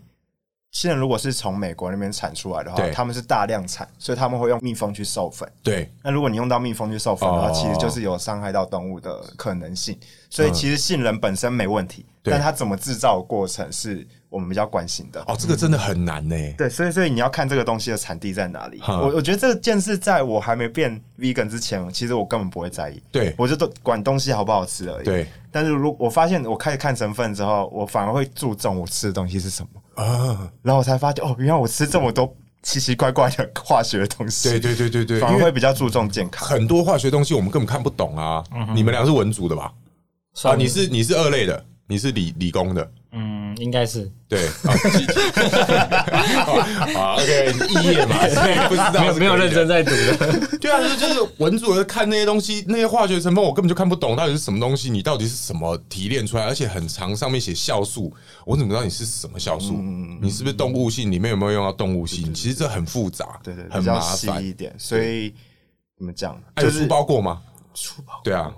C: 杏仁如果是从美国那边产出来的话
B: 对，
C: 他们是大量产，所以他们会用蜜蜂去授粉。
B: 对，
C: 那如果你用到蜜蜂去授粉的话，
B: 哦
C: 其实就是有伤害到动物的可能性。所以其实杏仁本身没问题，
B: 嗯对
C: 但它怎么制造的过程是我们比较关心的。
B: 哦，这个真的很难呢、
C: 对，所以所以你要看这个东西的产地在哪里。
B: 哈
C: 我我觉得这件事在我还没变 vegan 之前，其实我根本不会在意，
B: 对
C: 我就都管东西好不好吃而已。
B: 对。
C: 但是如我发现我开始看成分之后，我反而会注重我吃的东西是什么，
D: 嗯
B: 啊，
C: 然后我才发现哦，原来我吃这么多奇奇怪怪的化学的东西，
B: 对对对对对，
C: 反
B: 因
C: 而
B: 为
C: 会比较注重健康。
B: 很多化学东西我们根本看不懂啊。
D: 嗯
B: 你们俩是文组的吧？啊，
D: 算
B: 你是你是二类的，你是理理工的，
D: 嗯，应该是
B: 对。 啊记好，OK，肄业嘛， 所以不知道
D: 没有
B: 是
D: 没有
B: 可以的
D: 认真。在 读的。
B: 对啊，就是文组的看那些东西，那 些化学成分我根本就看不懂到底是什么东西，你到底是什么提炼出来，而且很长，上面写酵素，我怎么知道你是什么酵
C: 嗯
B: 素？你是不是动物性？里面有没有用到动物性？其实这很复杂，
C: 对对，
B: 很
C: 比较
B: 麻
C: 细
B: 烦。
C: 一点，所以怎么讲，
B: 还有
C: 就
B: 出
C: 是
B: 包过吗？
C: 粗暴
B: 对啊，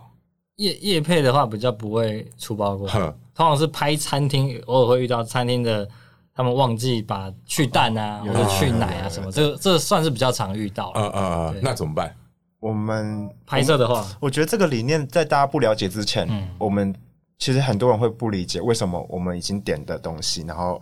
D: 叶叶配的话比较不会出包
C: 哦
D: 过，
B: 哼
D: 通常是拍餐厅，偶尔会遇到餐厅的他们忘记把去蛋啊
B: 哦
D: 或者去奶啊什么，这个这个算是比较常遇到
B: 呃
D: 了。
B: 呃，那怎么办？
C: 我们
D: 拍摄的话，
C: 我觉得这个理念在大家不了解之前，
B: 嗯
C: 我们其实很多人会不理解为什么我们已经点的东西，然后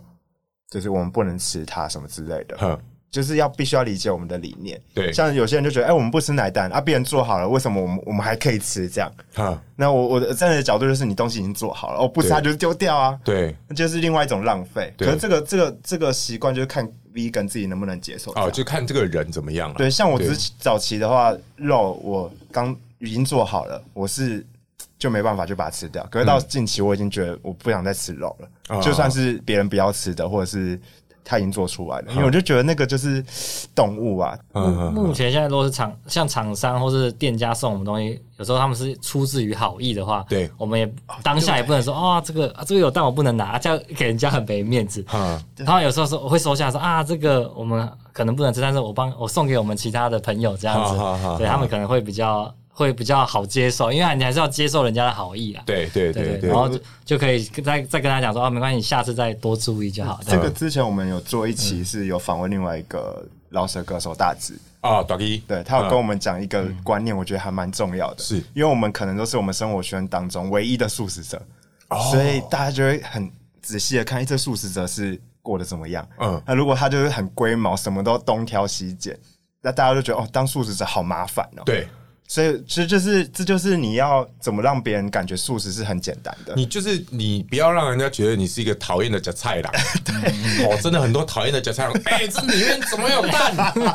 C: 就是我们不能吃它什么之类的，
B: 哼，
C: 就是要必须要理解我们的理念。
B: 对
C: 像有些人就觉得，哎、我们不吃奶蛋啊，别人做好了，为什么我们我们还可以吃这样？
B: 哼，
C: 那我我站的角度就是，你东西已经做好了，我、不吃
B: 对
C: 它就是丢掉啊，
B: 对，
C: 那就是另外一种浪费。
B: 对
C: 可是这个这个这个习惯就是看 V 跟自己能不能接受这样
B: 哦，就看这个人怎么样了。啊
C: 对，像我
B: 对
C: 之前早期的话，肉我刚已经做好了，我是就没办法就把它吃掉。可是到近期，我已经觉得我不想再吃肉了，
B: 嗯啊
C: 就算是别人不要吃的，或者是他已经做出来了，因
B: 啊
C: 为我就觉得那个就是动物啊，
B: 嗯，嗯嗯
D: 目前现在如果是厂像厂商或是店家送我们东西，有时候他们是出自于好意的话，
B: 对哦哎
D: 我们也当下也不能说啊、这个啊这个有，但我不能拿，这样给人家很没面子。
B: 哈，
D: 他们有时候说我会收下说啊，这个我们可能不能吃，但是我帮我送给我们其他的朋友这样子，
B: 好好好
D: 对他们可能会比较会比较好接受，因为你还是要接受人家的好意啊。
B: 对对
D: 对
B: 对对
D: 然，后就就可以再再跟他讲说啊，没关系，你下次再多注意就好。这
C: 这
D: 样
C: 个
B: 嗯
C: 之前我们有做一期是有访问另外一个饶舌歌手大志，
B: 啊，大一，
C: 对他有跟
B: 嗯
C: 我们讲一个观念，我觉得还蛮重要的，
B: 是
C: 因为我们可能都是我们生活圈当中唯一的素食者，
B: 嗯哦
C: 所以大家就会很仔细的看，哎，这素食者是过得怎么样？
B: 嗯
C: 嗯，那如果他就是很龟毛，什么都东挑西拣，那大家就觉得哦，当素食者好麻烦哦。，
B: 对
C: 所以其实就是这就是你要怎么让别人感觉素食是很简单的。
B: 你就是你，不要让人家觉得你是一个讨厌的夹菜郎。对，哦，真的很多讨厌的夹菜郎。哎，这里面怎么有蛋？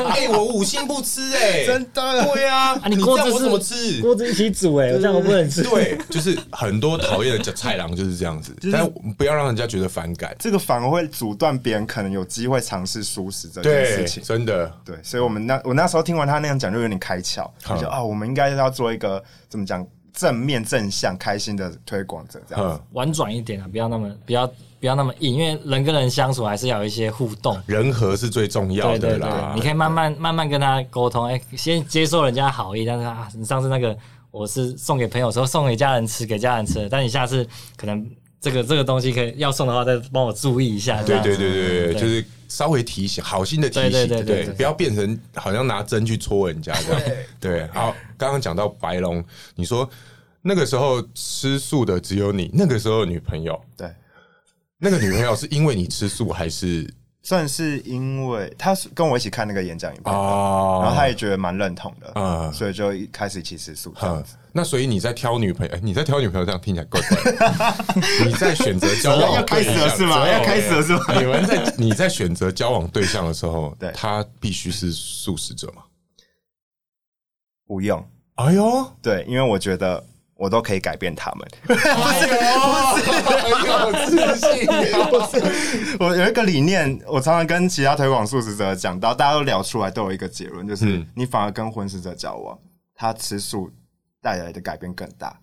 B: 哎，我五星不吃，哎，
C: 真的
B: 对啊，
D: 啊，
B: 你这
D: 锅子
B: 样
D: 是
B: 我怎么吃？
D: 锅子一起煮哎、我这样我不能吃。
B: 对，就是很多讨厌的夹菜郎就是这样子，但是不要让人家觉得反感。
C: 这个反而会阻断别人可能有机会尝试素食这件
B: 对，
C: 事情。
B: 真的，
C: 对，所以我们那我那时候听完他那样讲，就有点开窍，
B: 嗯
C: 我就啊，我们应该要做一个怎么讲正面正向开心的推广者这样子。
B: 嗯，
D: 婉转一点啊，不要那么不要不要那么硬，因为人跟人相处还是要有一些互动。
B: 人和是最重要
D: 对
B: 的
D: 对
B: 啦
D: 对，。你可以慢慢慢慢跟他沟通，哎、先接受人家好意，但是啊，你上次那个我是送给朋友的时候送给家人吃，给家人吃的，但你下次可能这个这个东西可以要送的话，再帮我注意一下。这
B: 对
D: 样子
B: 对对对对，
D: 对
B: 就是稍微提醒，好心的提
D: 对对
B: 醒，
D: 对对
B: 对，
D: 对
B: 不要变成好像拿针去戳人家这样。对，好，刚刚讲到白龙，你说那个时候吃素的只有你，那个时候的女朋友，
C: 对，
B: 那个女朋友是因为你吃素还是
C: 算是因为他是跟我一起看那个演讲影片，
B: 哦
C: 然后他也觉得蛮认同的，
B: 嗯
C: 所以就一开始一起吃素这样
B: 嗯
C: 子。，
B: 那所以你在挑女朋友，哎你在挑女朋友，这样听起来怪怪的。 你在选择交往
C: 要开始了是哦吗？
B: 对
C: 要开始了是吗？
B: 你们在 你在选择交往对象的时候，
C: 对
B: 他必须是素食者吗？
C: 不用，
B: 哎呦，
C: 对，因为我觉得我都可以改变他们。 哎
B: 很有自信
C: 啊我有一个理念，我常常跟其他推广素食者讲到，大家都聊出来，都有一个结论，就是
B: 嗯
C: 你反而跟荤食者交往，他吃素带来的改变更大。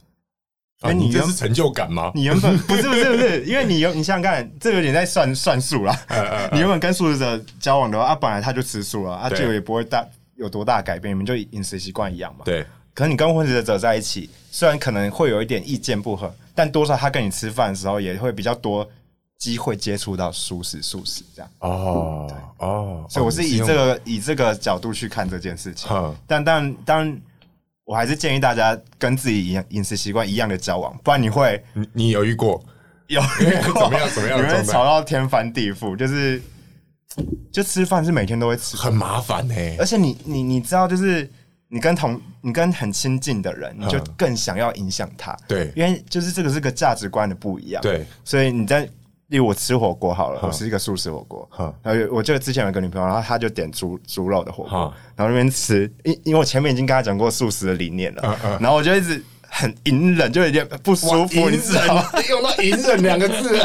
C: 因
B: 啊！
C: 为
B: 你这
C: 原
B: 是成就感吗？
C: 你原本不是不是不是，因为你有你想想看，这有点在算算 数啦。
B: 嗯
C: 你原本跟素食者交往的话，啊，本来他就吃素了，啊，
B: 对
C: 就也不会大有多大改变，你们就饮食习惯一样嘛。。
B: 对，
C: 可是你跟荤食者在一起，虽然可能会有一点意见不合，但多少他跟你吃饭的时候也会比较多机会接触到素食素食这样。
B: 哦哦，
C: 所以我是以
B: 哦
C: 这，个以这个角度去看这件事情。
B: 哈，
C: 但但但我还是建议大家跟自己一样饮食习惯一样的交往，不然你会
B: 你你有遇过？
C: 有
B: 怎么样怎么样怎么
C: 你会
B: 样
C: 吵到天翻地覆，就是就吃饭是每天都会吃，
B: 很麻烦呢。
C: 而且你你你知道，就是你跟同你跟很亲近的人，你就
B: 嗯
C: 更想要影响他，
B: 对
C: 因为就是这个是个价值观的不一样，
B: 对，
C: 所以你在。例如我吃火锅好了，
B: 嗯
C: 我吃一个素食火锅
B: 嗯，
C: 然后有我记得之前有一个女朋友，然后她就点猪猪肉的火锅
B: 嗯，
C: 然后那边吃，因因为我前面已经跟她讲过素食的理念
B: 嗯
C: 了，然后我就一直很隐忍，就有点不舒服，你知道吗？
B: 用哎到“隐忍”两个 字，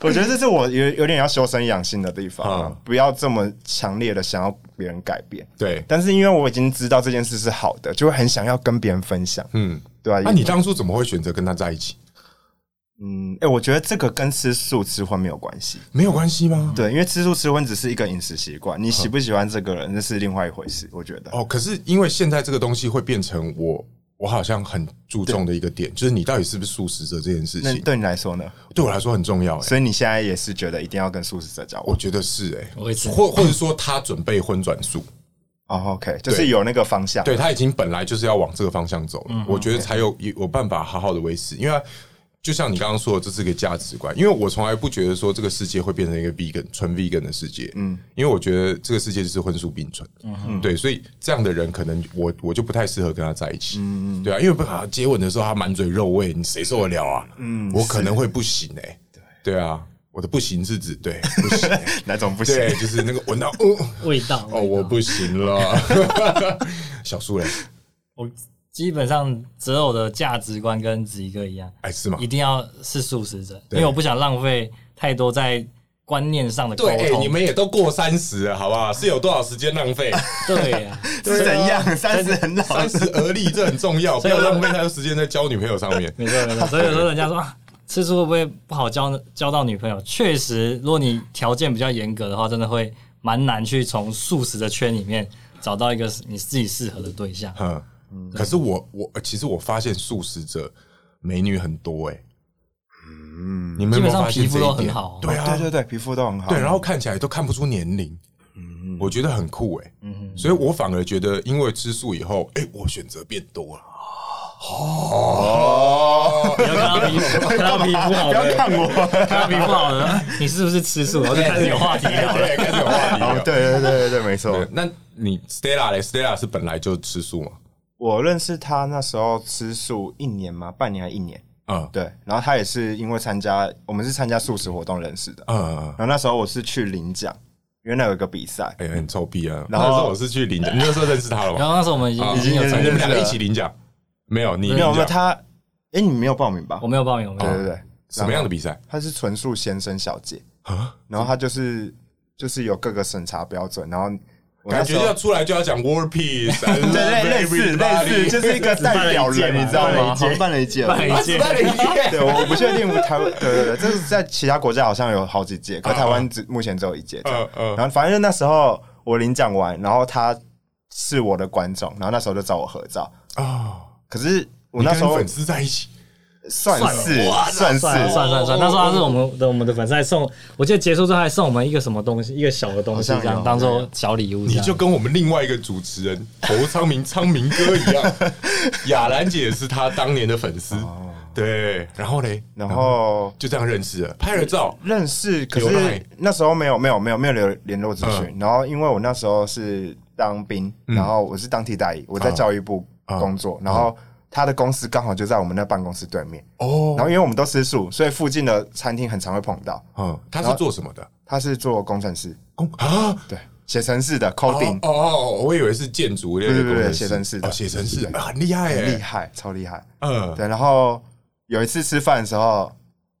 C: 我觉得这是我有有点要修身养性的地方啊、
B: 嗯
C: 不要这么强烈的想要别人改变。
B: 对，
C: 但是因为我已经知道这件事是好的，就会很想要跟别人分享，
B: 嗯。
C: 对吧、
B: 那你当初怎么会选择跟他在一起？
C: 嗯，哎、我觉得这个跟吃素吃荤没有关系，
B: 没有关系吗？
C: 对，因为吃素吃荤只是一个饮食习惯，你喜不喜欢这个人那是另外一回事，我觉得。
B: 哦，可是因为现在这个东西会变成我，我好像很注重的一个点，就是你到底是不是素食者这件事
C: 那
B: 情，
C: 对你来说呢？
B: 对我来说很重要、欸。
C: 所以你现在也是觉得一定要跟素食者交
B: 我
C: 往？
B: 觉得是哎、
D: 我也是
B: 或或者说他准备荤转素，
C: 哦，OK，就是有那个方向。
B: 对他已经本来就是要往这个方向走了，我觉得才有有办法好好的维持，因为。就像你刚刚说的，这是个价值观，因为我从来不觉得说这个世界会变成一个 vegan 纯 vegan 的世界，嗯，因为我觉得这个世界就是荤素并存，嗯，对，所以这样的人可能我我就不太适合跟他在一起，嗯，对啊，因为不啊接吻的时候他满嘴肉味，你谁受得了啊？嗯，我可能会不行哎、对啊，我的不行是指对不 行、欸，
C: 哪种不行？
B: 对，就是那个闻到，哦
D: 味道
B: 哦，我不行了， 小树嘞，
D: 我基本上择偶的价值观跟子怡哥一样，
B: 哎是吗
D: 一？定要是素食者，
B: 对
D: 因为我不想浪费太多在观念上的沟
B: 对，哎、
D: 通。
B: 你们也都过三十了，好不好？是有多少时间浪费？
D: 对啊呀、
C: 是怎样？三十很老，
B: 啊三十而立，这很重 要，不
D: 所以
B: 要
D: 我
B: 浪费太多时间在交女朋友上 面。
D: 没错没错。所以有时候人家说啊，吃素会不会不好交交到女朋友？确实，如果你条件比较严格的话，真的会蛮难去从素食的圈里面找到一个你自己适合的对象。
B: 嗯，可是我我其实我发现素食者美女很多哎、嗯，你们有没有
D: 基本上
B: 发现
D: 皮肤都
B: 这一点
D: 很好哦
B: 对啊，
C: 对对对，皮肤都很好。
B: 对，然后看起来都看不出年龄，我觉得很酷哎、所以我反而觉得，因为吃素以后，哎、我选择变多了。哦，
D: 你要看到皮肤，看到皮肤好
C: 不要
D: 的，
C: 看我。
D: 看到皮肤好的，啊你是不是吃素？我就开始有话题聊了。
B: 对，开始有话题
C: 哦，
B: 了。
C: 对对对对对，没错。
B: 对那你 Stella 嘞？Stella 是本来就吃素嘛？
C: 我认识他那时候吃素一年嘛，半年还一年，
B: 嗯，
C: 对。然后他也是因为参加，我们是参加素食活动认识的。
B: 嗯，嗯
C: 然后那时候我是去领奖，因为那有一个比赛，
B: 哎、很臭屁啊！
C: 然
B: 然
C: 后
B: 后那时候我是去领奖，你那时候认识他了
D: 然
B: 吗？
D: 后那时候我们已经
B: 啊
D: 已经有
C: 哦已经
D: 成
B: 你
C: 认
B: 们
C: 识
B: 两
C: 了
B: 个一起领奖？没有，你
C: 没有
B: 领
C: 没
B: 奖
C: 有他，哎，你没有报名吧
D: 我？没有报名，我没
C: 对
D: 有。
C: 对对，
B: 嗯什么样的啊比赛？
C: 他是纯素先生小姐，然后他就是就是有各个审查标准，然后我那
B: 感
C: 时
B: 觉
C: 候
B: 要出来就要讲 War Peace，
C: 对对类 似类似，就是一个代表人，你知道吗？ 好像办了一届，
D: 办了一届
B: 办了一届
C: 对，我我不确定台湾，对对对，这是在其他国家好像有好几届，可台湾只目前只有一届这样。
B: 嗯嗯
C: 然后反正那时候我领奖完，然后他是我的观众，然后那时候就找我合照。
B: 啊！
C: 可是我
B: 你
C: 那
B: 跟
C: 时候
B: 粉丝在一起，
C: 算是
D: 算了算了
C: 算是
D: 算了算了，那时候他是我们的我们的粉丝还送，我记得结束之后还送我们一个什么东西，一个小的东西
C: 好像有
D: 这样当做小礼物这
B: 你
C: 啊
D: 样。
B: 就跟我们另外一个主持
C: 哦
B: 人侯昌明昌明哥一样，雅兰姐也是他当年的粉丝。对，然后嘞，
C: 然后
B: 就这样认识了，拍了照，
C: 认识，可
B: 有赖嗯
C: 是那时候没有没有没有没有联联络资讯。然后因为我那时候是当兵，然后我是当替代役，我在
B: 嗯
C: 教育部工作，然后他的公司刚好就在我们那办公室对面。
B: 哦
C: 然，后因为我们都吃素，所以附近的餐厅很常会碰到。
B: 嗯，他是做什么的？
C: 他是做工程师，
B: 工啊，
C: 对，写程式的
B: 哦
C: coding，
B: 哦哦，我以为是建筑类的
C: 不是不
B: 工
C: 是
B: 程师，
C: 写程式的
B: 哦，写程式的啊很厉害
C: 很厉
B: 耶，
C: 害，超厉害。
B: 嗯，
C: 对，然后有一次吃饭的时候，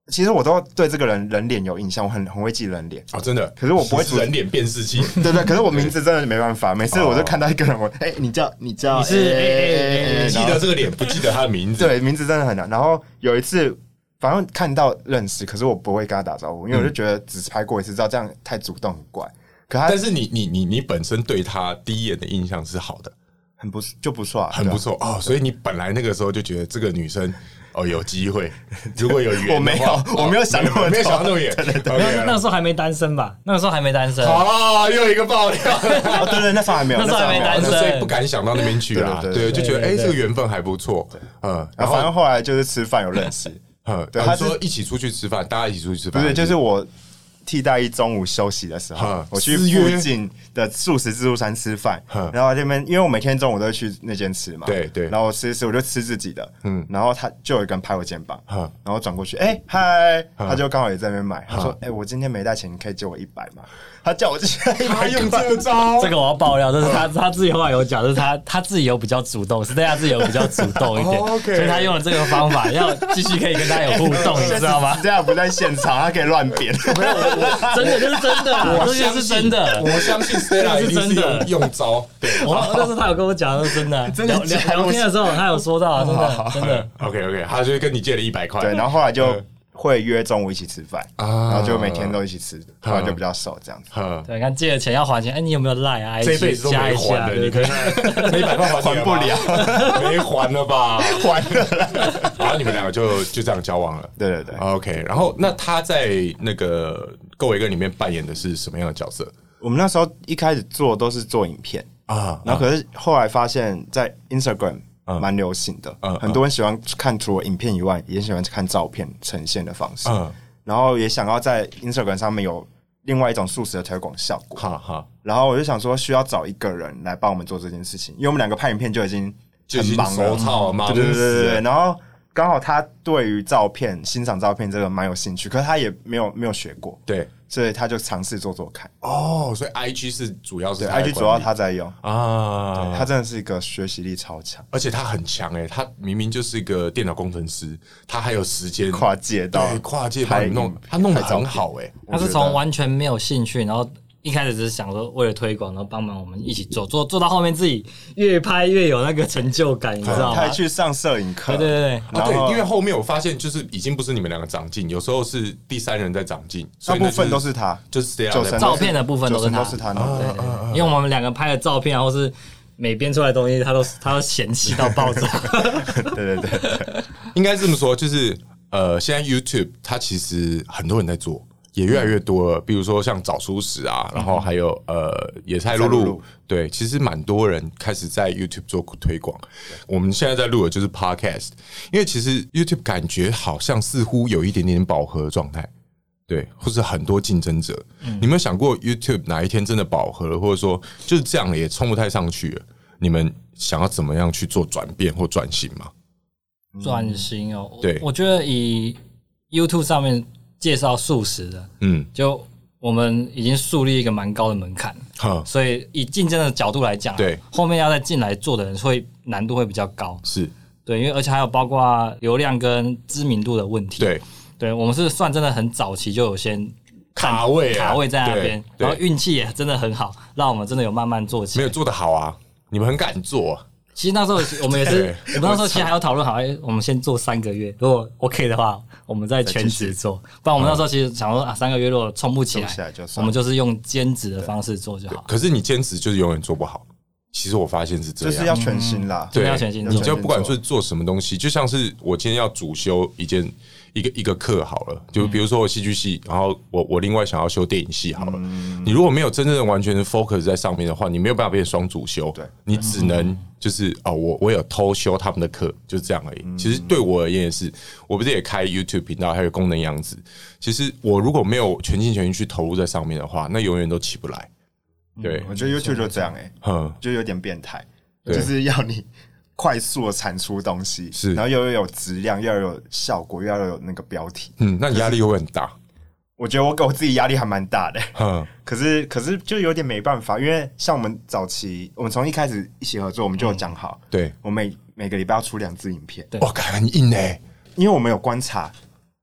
C: 其实我都对这个人人脸有印象，我很很会记人脸。
B: 哦，真的，
C: 可是我不会
B: 是人脸辨识 器，
C: 对对，可是我名字真的没办法，每次我
B: 哦
C: 都看到一个人，我哎、你叫你叫，
D: 你是
C: 哎哎
D: 哎
C: 哎哎
D: 哎哎
B: 记
C: 然后
B: 得这个脸，不记得他的名字，
C: 对名字真的很难。然后有一次，反正看到认识，可是我不会跟他打招呼，因为我就
B: 嗯
C: 觉得只拍过一次，知道这样太主动很怪。可他
B: 但是你你你你本身对他第一眼的印象是好的，
C: 很不就不错、啊，
B: 很不错哦，所以你本来那个时候就觉得这个女生哦有机 会，如果有缘的话，
C: 我没有
B: 哦
C: 我没有想那么多
B: 没有想到那么远，
D: 没有，那那
B: OK
D: 时候还没单身吧？那个时候还没单身，
B: 啊，又一个爆料，哦
C: 对。哦，对对，那时候还没 有，
D: 那时候还没
C: 有
D: 单身
B: 所以不敢想到那边去啦，
C: 对
B: 对，
C: 对对
B: 就觉得
D: 对
B: 哎
D: 对
B: 这个缘分还不错，嗯，
C: 然
B: 然
C: 后反正
B: 后
C: 后来就是吃饭有 认识，
B: 嗯，
C: 对
B: 然
C: 他
B: 后
C: 是
B: 说一起出去吃饭，大家一起出去吃
C: 不
B: 饭，
C: 是，就是我替代一中午休息的时候
B: 哈，
C: 我去
B: 私约
C: 附近的素食自助餐吃饭
B: 哈，
C: 然后那边因为我每天中午都会去那间吃嘛，
B: 对对
C: 然后我吃一吃我就吃自己的，嗯，然后他就有一个人拍我肩膀
B: 哈，
C: 然后转过去，哎嗨，
B: 哈
C: 他就刚好也在那边买，他说
B: 哈，
C: 哎，我今天没带钱，你可以借我一百吗？他叫我借他一
B: 他
C: 百
B: 用
C: 块
B: 这招，
D: 这个我要爆料，就是他他自己后来有讲，就是他他自己有比较主动，是对他自己有比较主动 一点，
B: OK
D: 所以他用了这个方法，要继续可以跟大家有互动，你知道吗？
C: 这样不在 现场，他可以乱点。
D: 真的就是真的 啊，这些是真的。
B: 我相信 Stella
D: 这
B: 一
D: 个
B: 定
D: 是
B: 是
D: 真的
B: 用用招，对
D: 我但是他有跟我讲，是 真的，啊
C: 真的
D: 聊
C: 假的
D: 聊天的时候他有说到啊，真 的真的。
B: ，OK OK，他就跟你借了一百块，
C: 对，然后后来就会约中午一起吃饭，
B: 啊
C: 然后就每天都一起吃，后来就比较熟这样子。
B: 嗯，
D: 对，你看借了钱要还钱，哎，你有没有赖啊？
B: 这辈子都
D: 加
B: 没
D: 一
B: 还
D: 下，
B: 了，
D: 对
B: 你
D: 不
B: 看
D: 对？
B: 看那一百块还你了吧， 没还了吧？
C: 完了，
B: 然后你们两个就就这样交往了。
C: 对对对，
B: OK，然后那他在那个《够维哥》里面扮演的是什么样的角色
C: 我们那时候一开始做都是做影片，
B: 啊？
C: 然后可是后来发现，在 Instagram
B: 嗯
C: 蛮流行的
B: 嗯嗯，
C: 很多人喜欢看除了影片以外，也喜欢看照片呈现的方式
B: 嗯，
C: 然后也想要在 Instagram 上面有另外一种素食的推广效果。
B: 哈哈，
C: 然后我就想说，需要找一个人来帮我们做这件事情，因为我们两个拍影片就已经
B: 就已
C: 很
B: 经
C: 忙了
B: 手，操了，忙啊
C: 对对对对对，
B: 死了。
C: 然后刚好他对于照片、欣赏照片这个蛮有兴趣，可是他也没有没有学过，
B: 对，
C: 所以他就尝试做做看。
B: 哦，所以 IG 是主要是
C: 对
B: 他在
C: ，IG 主要
B: 管理
C: 他在用，
B: 啊，
C: 他真的是一个学习力超强，
B: 而且他很强哎，他明明就是一个电脑工程师，他还有时间
C: 跨界到
B: 对跨界把
C: 拍
B: 你
C: 影
B: 弄
C: 片
B: 他弄得
C: 拍照
B: 很好哎，
D: 他
C: 我
D: 是
C: 觉
D: 从
C: 得
D: 完全没有兴趣，然后一开始只是想说为了推广，然后帮忙我们一起做，做做到后面自己越拍越有那个成就感，你知道
C: 他还
D: 吗？
C: 去上摄影课，
D: 对对对对
B: 啊，
C: 然
B: 对，
C: 后
B: 因为后面我发现就是已经不是你们两个长进，有时候是第三人在长进，所
C: 大
B: 以
C: 部
B: 那
C: 分
B: 就
C: 都是他，
B: 就是 Stella
C: 九
B: 在帮
C: 成都
D: 照片的部分都是
C: 九成
D: 他
C: 都是他弄
D: 对
B: 啊
C: 的。
D: 对对，因为我们两个拍的照片啊，或是美编出来的东西，他都他都嫌弃到爆 炸。
C: 对对对对，
B: 应该这么说，就是呃，现在 YouTube 它其实很多人在做，也越来越多了。比如说像早熟食啊，然后还有呃野菜露
C: 野菜露
B: 露
C: 露，
B: 对，其实蛮多人开始在 YouTube 做推广。我们现在在录的就是 Podcast，因为其实 YouTube 感觉好像似乎有一点点饱和的状态。对，或是很多竞争者，
C: 嗯
B: 你有没有想过 YouTube 哪一天真的饱和了，或者说就是这样了也冲不太上去了？你们想要怎么样去做转变或转型吗？
D: 转型哦，
B: 对
D: 我我觉得以 YouTube 上面介绍素食的，
B: 嗯，
D: 就我们已经树立一个蛮高的门槛了，
B: 哈，
D: 所以以竞争的角度来讲啊，
B: 对
D: 后面要再进来做的人会难度会比较高，
B: 是
D: 对，因为而且还有包括流量跟知名度的问题，，
B: 对，
D: 对我们是算真的很早期就有先。
B: 卡位啊
D: 卡位在那
B: 对
D: 边，
B: 对
D: 然后运气也真的很好，让我们真的有慢慢做起
B: 没
D: 来
B: 有。做得好啊，你们很敢做啊、
D: 其实那时候我们也
B: 对
D: 是，我们那时候其实还有讨论好，哎，我们先做三个月，如果 OK 的话，我们再全职做。不然我们
B: 嗯
D: 那时候其实想说啊，三个月如果冲不起
C: 冲不起来
D: 来
C: 就，算
D: 我们就是用兼职的方式做就好。
B: 可是你坚持就是永远做不好，其实我发现是这
C: 就
B: 样，
C: 是要全新啦。
D: 真
B: 对，
D: 的要全心
C: 做
B: 你就不管是做什么东西，就像是我今天要主修一件一个一个课好了，
D: 嗯
B: 就比如说我戏剧系，然后我我另外想要修电影系好了。
D: 嗯
B: 你如果没有真正的完全的 focus 在上面的话，你没有办法变成双主修。
C: 对
B: 你只
D: 嗯
B: 能就是哦，我我有偷修他们的课，就这样而已。其实对
D: 嗯
B: 我而言也是，我不是也开 YouTube 频道，还有功能养子。其实我如果没有全心全意去投入在上面的话，那永远都起不来。对，
D: 嗯
C: 我觉得 YouTube 就这样哎、欸，
B: 嗯，
C: 就有点变态，
B: 对
C: 就是要你快速的产出东西，
B: 是
C: 然后又要有质量，又要有效果，又要有那个标题。
B: 嗯，那你压力会很大。
C: 我觉得我给我自己压力还蛮大的、
B: 嗯，
C: 可是可是就有点没办法，因为像我们早期，我们从一开始一起合作，我们就有讲好，
B: 对。
C: 我每每个礼拜要出两支影片，
D: 对
B: 哇，感很硬哎、
C: 因为我们有观察，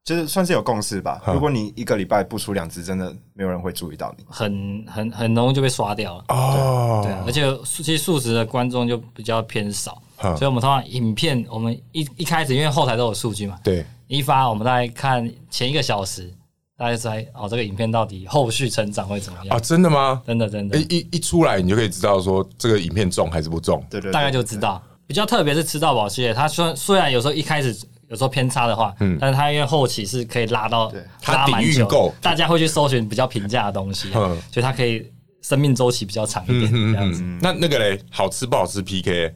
C: 就是算是有共识吧。
B: 嗯
C: 如果你一个礼拜不出两支，真的没有人会注意到你。
D: 很很很容易就被刷掉了。
B: 哦，
D: 对啊，而且素其实素食的观众就比较偏少，
B: 嗯
D: 所以我们通常影片我们一一开始因为后台都有数据嘛，
B: 对
D: 一发我们大概看前一个小时，大家猜哦这个影片到底后续成长会怎么样？
B: 啊，真的吗？
D: 真的真的
B: 哎、，一一出来你就可以知道说这个影片中还是不中。
C: 对对对
D: 大概就知道。比较特别是吃到饱系列，它虽然虽然有时候一开始有时候偏差的话，嗯，但是它因为后期是可以拉到
C: 对
D: 拉
B: 它
D: 蛮
B: 底蕴
D: 久
B: 够
D: 的，大家会去搜寻比较平价的东西，
B: 嗯
D: 所以它可以生命周期比较长一点这样子。
B: 嗯，那那个嘞，好吃不好吃 PK，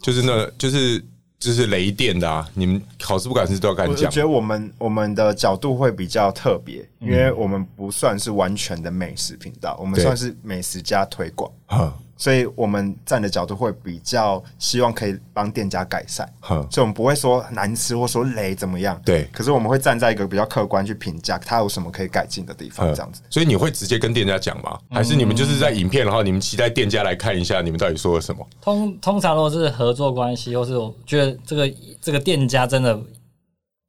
B: 就是那，就是就是雷电的啊，你们好吃不敢吃都要
C: 我
B: 敢
C: 我
B: 讲
C: 觉。得我们我们的角度会比较特别，因为我们不算是完全的美食频道，我们
B: 嗯对
C: 算是美食加推广，
B: 哼
C: 所以我们站的角度会比较希望可以帮店家改善。
B: 哼，
C: 所以我们不会说难吃或说雷怎么样，
B: 对
C: 可是我们会站在一个比较客观去评价它有什么可以改进的地方，
B: 嗯
C: 这样子。。
B: 所以你会直接跟店家讲吗？
D: 嗯
B: 还是你们就是在影片，然后你们期待店家来看一下你们到底说了什么？
D: 通通常如果是合作关系，或是我觉得这个这个店家真的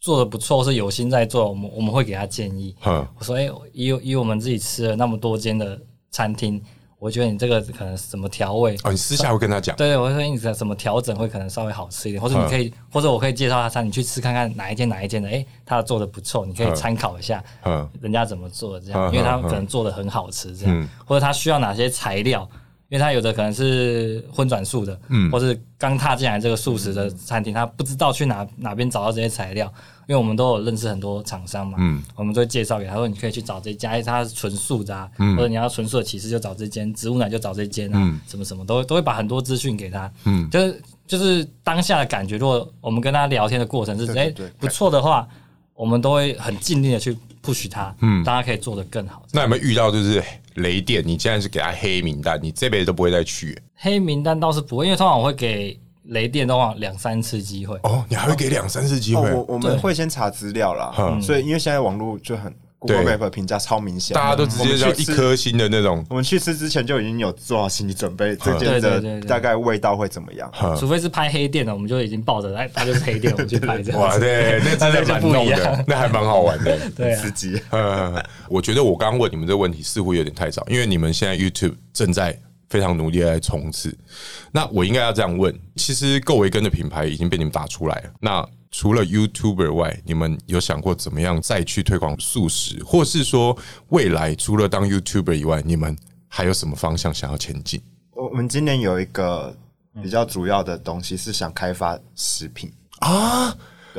D: 做的不错，是有心在做，我们我们会给他建议。
B: 哼，
D: 我说，哎、以以我们自己吃了那么多间的餐厅，我觉得你这个可能什么调味，
B: 哦，你私下会跟他讲。
D: 对对，我会说你怎么调整会可能稍微好吃一点，或者你可以，或者我可以介绍他餐，你去吃看看哪一间哪一间的，哎、他做的不错，你可以参考一下
B: 嗯，
D: 人家怎么做这
B: 嗯
D: 样，因为他
B: 嗯
D: 可能做的很好吃这样，
B: 嗯
D: 或者他需要哪些材料。因为他有的可能是荤转素的，
B: 嗯
D: 或是刚踏进来这个素食的餐厅，他不知道去哪哪边找到这些材料。因为我们都有认识很多厂商嘛，
B: 嗯
D: 我们都会介绍给他说，你可以去找这家，哎它是纯素的啊，
B: 嗯
D: 或者你要纯素的起司就找这间，植物奶就找这间啊，什么什么都都会把很多资讯给他，嗯，就是就是当下的感觉。如果我们跟他聊天的过程是，哎、
C: 对对
D: 不错的话，我们都会很尽力的去 push 他，嗯，大家可以做得更好。
B: 那有没有遇到就是雷电？你现在是给他黑名单，你这辈子都不会再去、
D: 黑名单倒是不会，因为通常我会给雷电通常两三次机会，
B: 哦，你还会给两三次机会、
C: 哦，我我们会先查资料啦，
B: 嗯
C: 所以因为现在网络就很 Google
B: 对
C: Map 的评价超明显，
B: 大家都直接叫一颗星的那种。
C: 我们去吃之前就已经有做好心理准备，这间
D: 对对对
C: 的
D: 对
C: 大概味道会怎么样？
B: 嗯
D: 除非是拍黑店的，我们就已经抱着，哎，他就是黑店，我们去拍这样
B: 哇，
D: 子。
B: 对，那真的蛮弄的，那还蛮好玩 的。
D: 对啊
C: 司，机
B: 呃，我觉得我刚问你们这个问题似乎有点太早，因为你们现在 YouTube 正在非常努力地在冲刺。那我应该要这样问：其实够维根的品牌已经被你们打出来了。那除了 YouTuber 外，你们有想过怎么样再去推广素食，或是说未来除了当 YouTuber 以外，你们还有什么方向想要前进？
C: 我我们今年有一个比较主要的东西是想开发食品，
B: 啊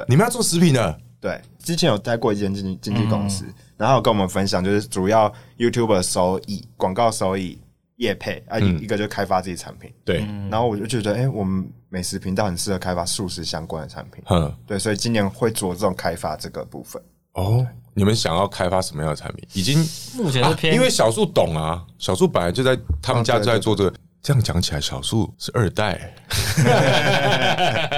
B: 你们要做食品的，
C: 对，之前有待过一间经纪经纪公
B: 嗯
C: 司，然后有跟我们分享，就是主要 YouTuber 收益、广告收益、业配啊，一一个就开发自己产品。
B: 嗯对，
C: 然后我就觉得，哎、我们美食频道很适合开发素食相关的产品，
B: 嗯，
C: 对，所以今年会着重开发这个部分。
B: 哦，你们想要开发什么样的产品？已经
D: 目前是
B: 啊
D: 偏
B: 因为小树懂啊，小树本来就在他们家
C: 啊
B: 就
C: 对
B: 在做
D: 嗯
B: 这个。这样讲起来，小树是二代，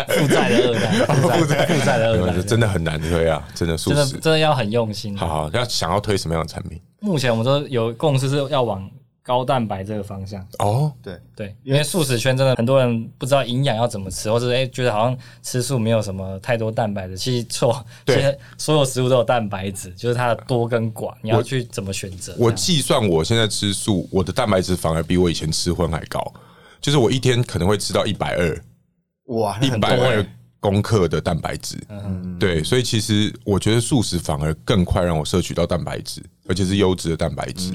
D: 负债的二代，负债负债的二代，
B: 真的很难推啊，真的素
D: 真的
B: 食。
D: 真的要很用心。
B: 好好，要想要推什么样的产品？
D: 目前我们都有共识是要往高蛋白这个方向。
B: 哦，
C: 对，
D: 对，因为素食圈真的很多人不知道营养要怎么吃，或者哎、诶觉得好像吃素没有什么太多蛋白质，其实错，
B: 对
D: 其实所有食物都有蛋白质，就是它的多跟寡，你要去怎么选择。
B: 我
D: 这样
B: 计算我现在吃素，我的蛋白质反而比我以前吃荤还高，就是我一天可能会吃到一百二、
C: 哇，那
B: 一
C: 很多
B: 百二
C: 欸
B: 公克的蛋白质。
C: 嗯
B: 对，所以其实我觉得素食反而更快让我摄
C: 嗯
B: 取到蛋白质，而且是优质的蛋白质。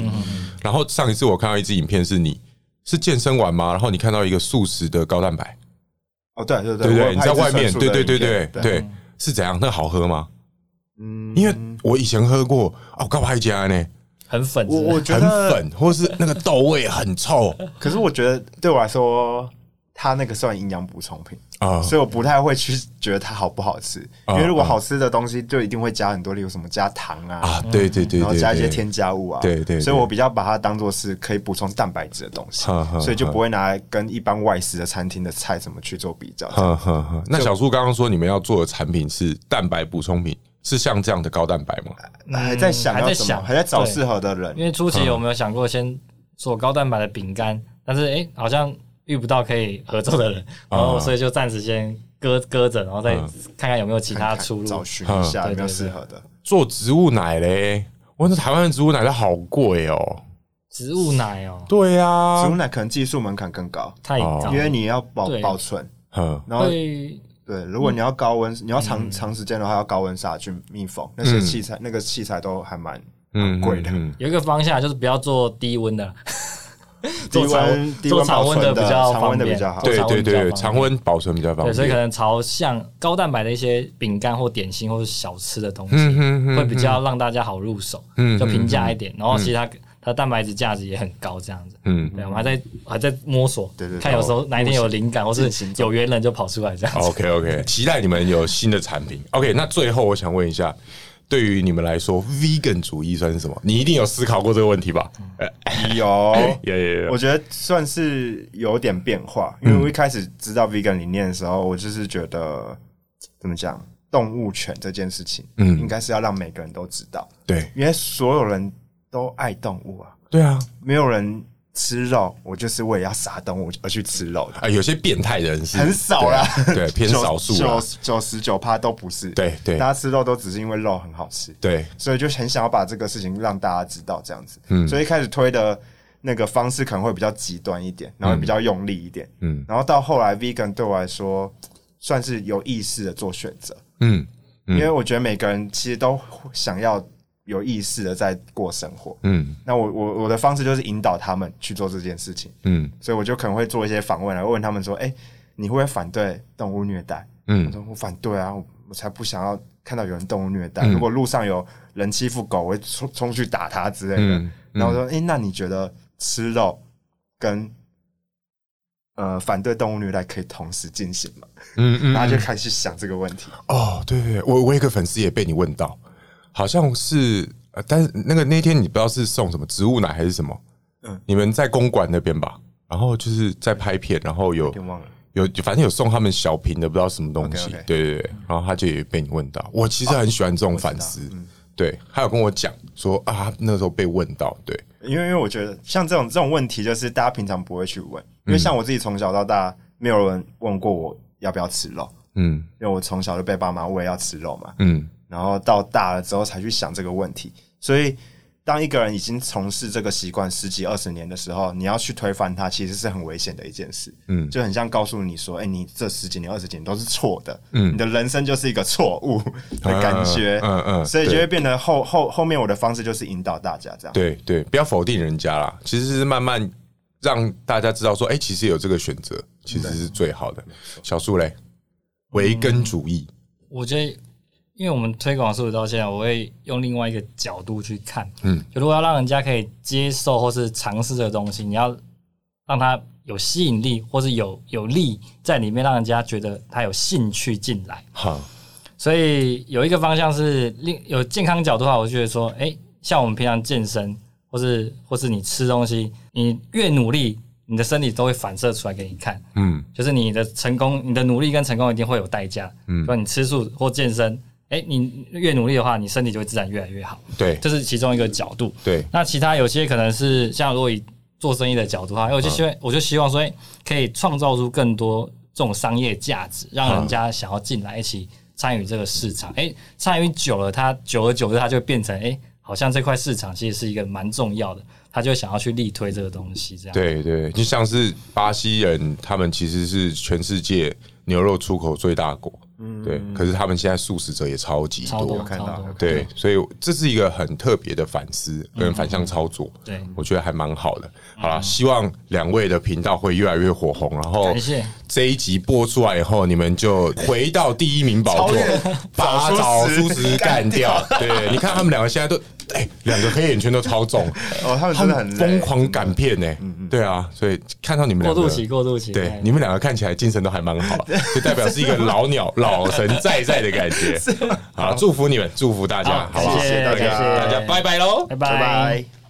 B: 然后上一次我看到一支影片，是你是健身完吗？然后你看到一个素食的高蛋白，
C: 哦，对对
B: 对不
C: 我有
B: 对？你
C: 拍
B: 在
C: 一支
B: 外面，
C: 纯素
B: 对
C: 的
B: 对对对
C: 影片
B: 对
C: 对，
B: 对，是怎样？那好喝吗？
C: 嗯
B: 因为我以前喝过哦，高排家呢，
D: 很粉
C: 我
D: 是不是
C: 我觉
B: 很
C: 得，
B: 粉，或是那个豆味很 臭
C: 可是我觉得对我来说，它那个算营养补充品，
B: 啊。
C: 所以我不太会去觉得它好不好吃，因
B: 啊
C: 为如果
B: 啊
C: 好吃的东西，就一定会加很多，例如什么加糖啊。
B: 啊，对对对
C: 然后
B: 对，
C: 加一些
B: 对
C: 添加物啊，
B: 对对对
C: 所以我比较把它当做是可以补充蛋白质的东西
B: 哈哈，
C: 所以就不会拿来跟一般外食的餐厅的菜怎么去做比较。
B: 呵呵呵，那小树刚刚说你们要做的产品是蛋白补充品，是像这样的高蛋白吗？
C: 还在
D: 嗯
C: 想
D: 还在
C: 要怎么，
D: 想
C: 还在找
D: 对
C: 适合的人
D: 因。为初期有没有想过先做高蛋白的饼干？但是哎、诶好像遇不到可以合作的人，然后所以就暂时先搁搁着，然后再看看有没有其他
C: 看
D: 的出路。
C: 找寻一下
D: 嗯
C: 有没
D: 对对对
C: 有适合的。
B: 做植物奶嘞，哇，那台湾的植物奶都好贵哦。
D: 植物奶哦、
B: 对
C: 植物
B: 啊，
C: 奶可能技术门槛更高，
D: 太
B: 哦
D: 早，
C: 因为你要保
D: 对
C: 保存，
B: 嗯，
C: 然后
D: 会
C: 对，如果你要高温，你要长长时间的话，要高温杀菌密封，那些器材那个器材都还蛮蛮贵的。
B: 嗯
D: 有一个方向就是不要做低温的啦，
C: 低
D: 做常
C: 温
D: 温
C: 低温
D: 做常
C: 保
D: 温
C: 存
D: 的比较
C: 常温
D: 方
C: 的比
D: 便
C: 较好。
D: 做
B: 对
D: 常
B: 对
D: 温比较
B: 对，
D: 方便
B: 常温保存比较方
D: 对，所以可
B: 便。
D: 能朝向高蛋白的一些饼干或点心或是小吃的东西，
B: 嗯哼哼
D: 会比较让大家好入手，
B: 嗯
D: 就平价一点。然后其实它它蛋白质价值也很高，这样子。
B: 嗯
D: 对，我们还在还在摸索，
C: 对对对
D: 看有时候哪一天有灵感，或
C: 进
D: 是
C: 行中
D: 有缘人就跑出来这样 子。
B: ，OK OK，期待你们有新的产品。OK，那最后我想问一下。对于你们来说，vegan 主义算是什么？你一定有思考过这个问题吧？呃，，
C: 有
B: 有有有嗯
C: 我觉得算是有点变化，因为我一开始知道 vegan 理念的时候，我就是觉得怎么讲，动物权这件事情，
B: 嗯
C: 嗯，应该是要让每个人都知道，
B: 对
C: 因为所有人都爱动物啊，
B: 对啊，
C: 没有人吃肉，我就是为了要杀动物而去吃肉的，
B: 啊，有些变态人士
C: 很少啦，
B: 对对 偏少数啊啦
C: 九九十九趴都不是。
B: 对对
C: 大家吃肉都只是因为肉很好吃，
B: 对，
C: 所以就很想要把这个事情让大家知道这样子。嗯，所以一开始推的那个方式可能会比较极端一点，然后比较用力一点。
B: 嗯
C: 嗯，然后到后来 vegan 对我来说算是有意识的做选择，
B: 嗯
C: 因为我觉得每个人其实都想要有意识的在过生活。
B: 嗯
C: 那我我我的方式就是引导他们去做这件事情。
B: 嗯
C: 所以我就可能会做一些访问来问他们说：“哎、你会不会反对动物虐待？”我
B: 嗯
C: 说：“我反对啊，我我才不想要看到有人动物虐待。
B: 嗯
C: 如果路上有人欺负狗，我会冲冲去打它之类的。
B: 嗯
C: 然后我说：“哎、那你觉得吃肉跟呃反对动物虐待可以同时进行吗？”
B: 嗯嗯，
C: 然后就开始想这个问题。
B: 哦，对对，对我我有一个粉丝也被你问到，好像是，呃但是那个那天你不知道是送什么植物奶还是什么，
C: 嗯
B: 你们在公馆那边吧，然后就是在拍片，然后有
C: 有点忘了
B: 有反正有送他们小瓶的不知道什么东西
C: OK，OK 哦
B: 对对对，然后他就也被你问到，我其实很喜欢这种反思，
C: 嗯
B: 对，他有跟我讲说啊，那时候被问到，对，
C: 因为因为我觉得像这种这种问题，就是大家平常不会去问，
B: 嗯
C: 因为像我自己从小到大，没有人问过我要不要吃肉。
B: 嗯
C: 因为我从小就被爸妈喂要吃肉嘛，
B: 嗯
C: 然后到大了之后才去想这个问题。所以，当一个人已经从事这个习惯十几二十年的时候，你要去推翻它，其实是很危险的一件事。
B: 嗯
C: 就很像告诉你说：“哎、你这十几年、二十几年都是错的，
B: 嗯
C: 你的人生就是一个错误的感觉。
B: 嗯嗯嗯
C: 所以就
B: 对
C: 会变得后后后面我的方式就是引导大家这样。
B: 对对，不要否定人家啦，其实是慢慢让大家知道说，哎、其实有这个选择，其实是最好的。小树嘞，维根主义，
D: 我觉得，因为我们推广素食到现在，我会用另外一个角度去看。
B: 嗯
D: 嗯，就如果要让人家可以接受或是尝试这个东西，你要让他有吸引力，或是有有力在里面，让人家觉得他有兴趣进来。
B: 哈，
D: 所以有一个方向是另有健康角度的话，我就觉得说，哎、像我们平常健身，或是或是你吃东西，你越努力，你的身体都会反射出来给你看。
B: 嗯
D: 就是你的成功、你的努力跟成功一定会有代价。嗯，说你吃素或健身，哎、你越努力的话，你身体就会自然越来越好。
B: 对
D: 这是其中一个角度。
B: 对，
D: 那其他有些可能是像如果以做生意的角度哈，因为我就希望、我就希望说，哎可以创造出更多这种商业价值，让人家想要进来一起参与这个市场。哎、参与久了，他久而久之，他就变成哎、好像这块市场其实是一个蛮重要的，他就想要去力推这个东西，这样。
B: 对对，就像是巴西人，他们其实是全世界牛肉出口最大国，对，可是他们现在素食者也超级
D: 嗯超多
B: 多，
C: 看
D: 超
C: 到
D: 多
C: 了
B: 对，所以这是一个很特别的反思跟反向操作，
D: 嗯对嗯
B: 我觉得还蛮好的。好啦，希望两位的频道会越来越火红，然后
D: 感谢
B: 这一集播出来以后，你们就回到第一名宝座
C: 超 越，
B: 把
C: 早
B: 早
C: 熟
B: 熟
C: 时
B: 时干掉。对，你看他们两个现在都，哎，两个黑眼圈都超重，
C: 哦，他们真的很
B: 疯
C: 累
B: 狂赶片呢。对啊，所以看到你们
D: 过
B: 两个
D: 渡期，过渡期，
B: 对
D: 哎，
B: 你们两个看起来精神都还蛮好，就代表是一个老鸟老神在在的感觉。好，祝福你们，祝福大家，
D: 好
B: 好不好？
D: 谢谢
B: 大
D: 谢谢
B: 家，大家拜拜喽，
D: 拜
C: 拜
D: 拜
C: 拜。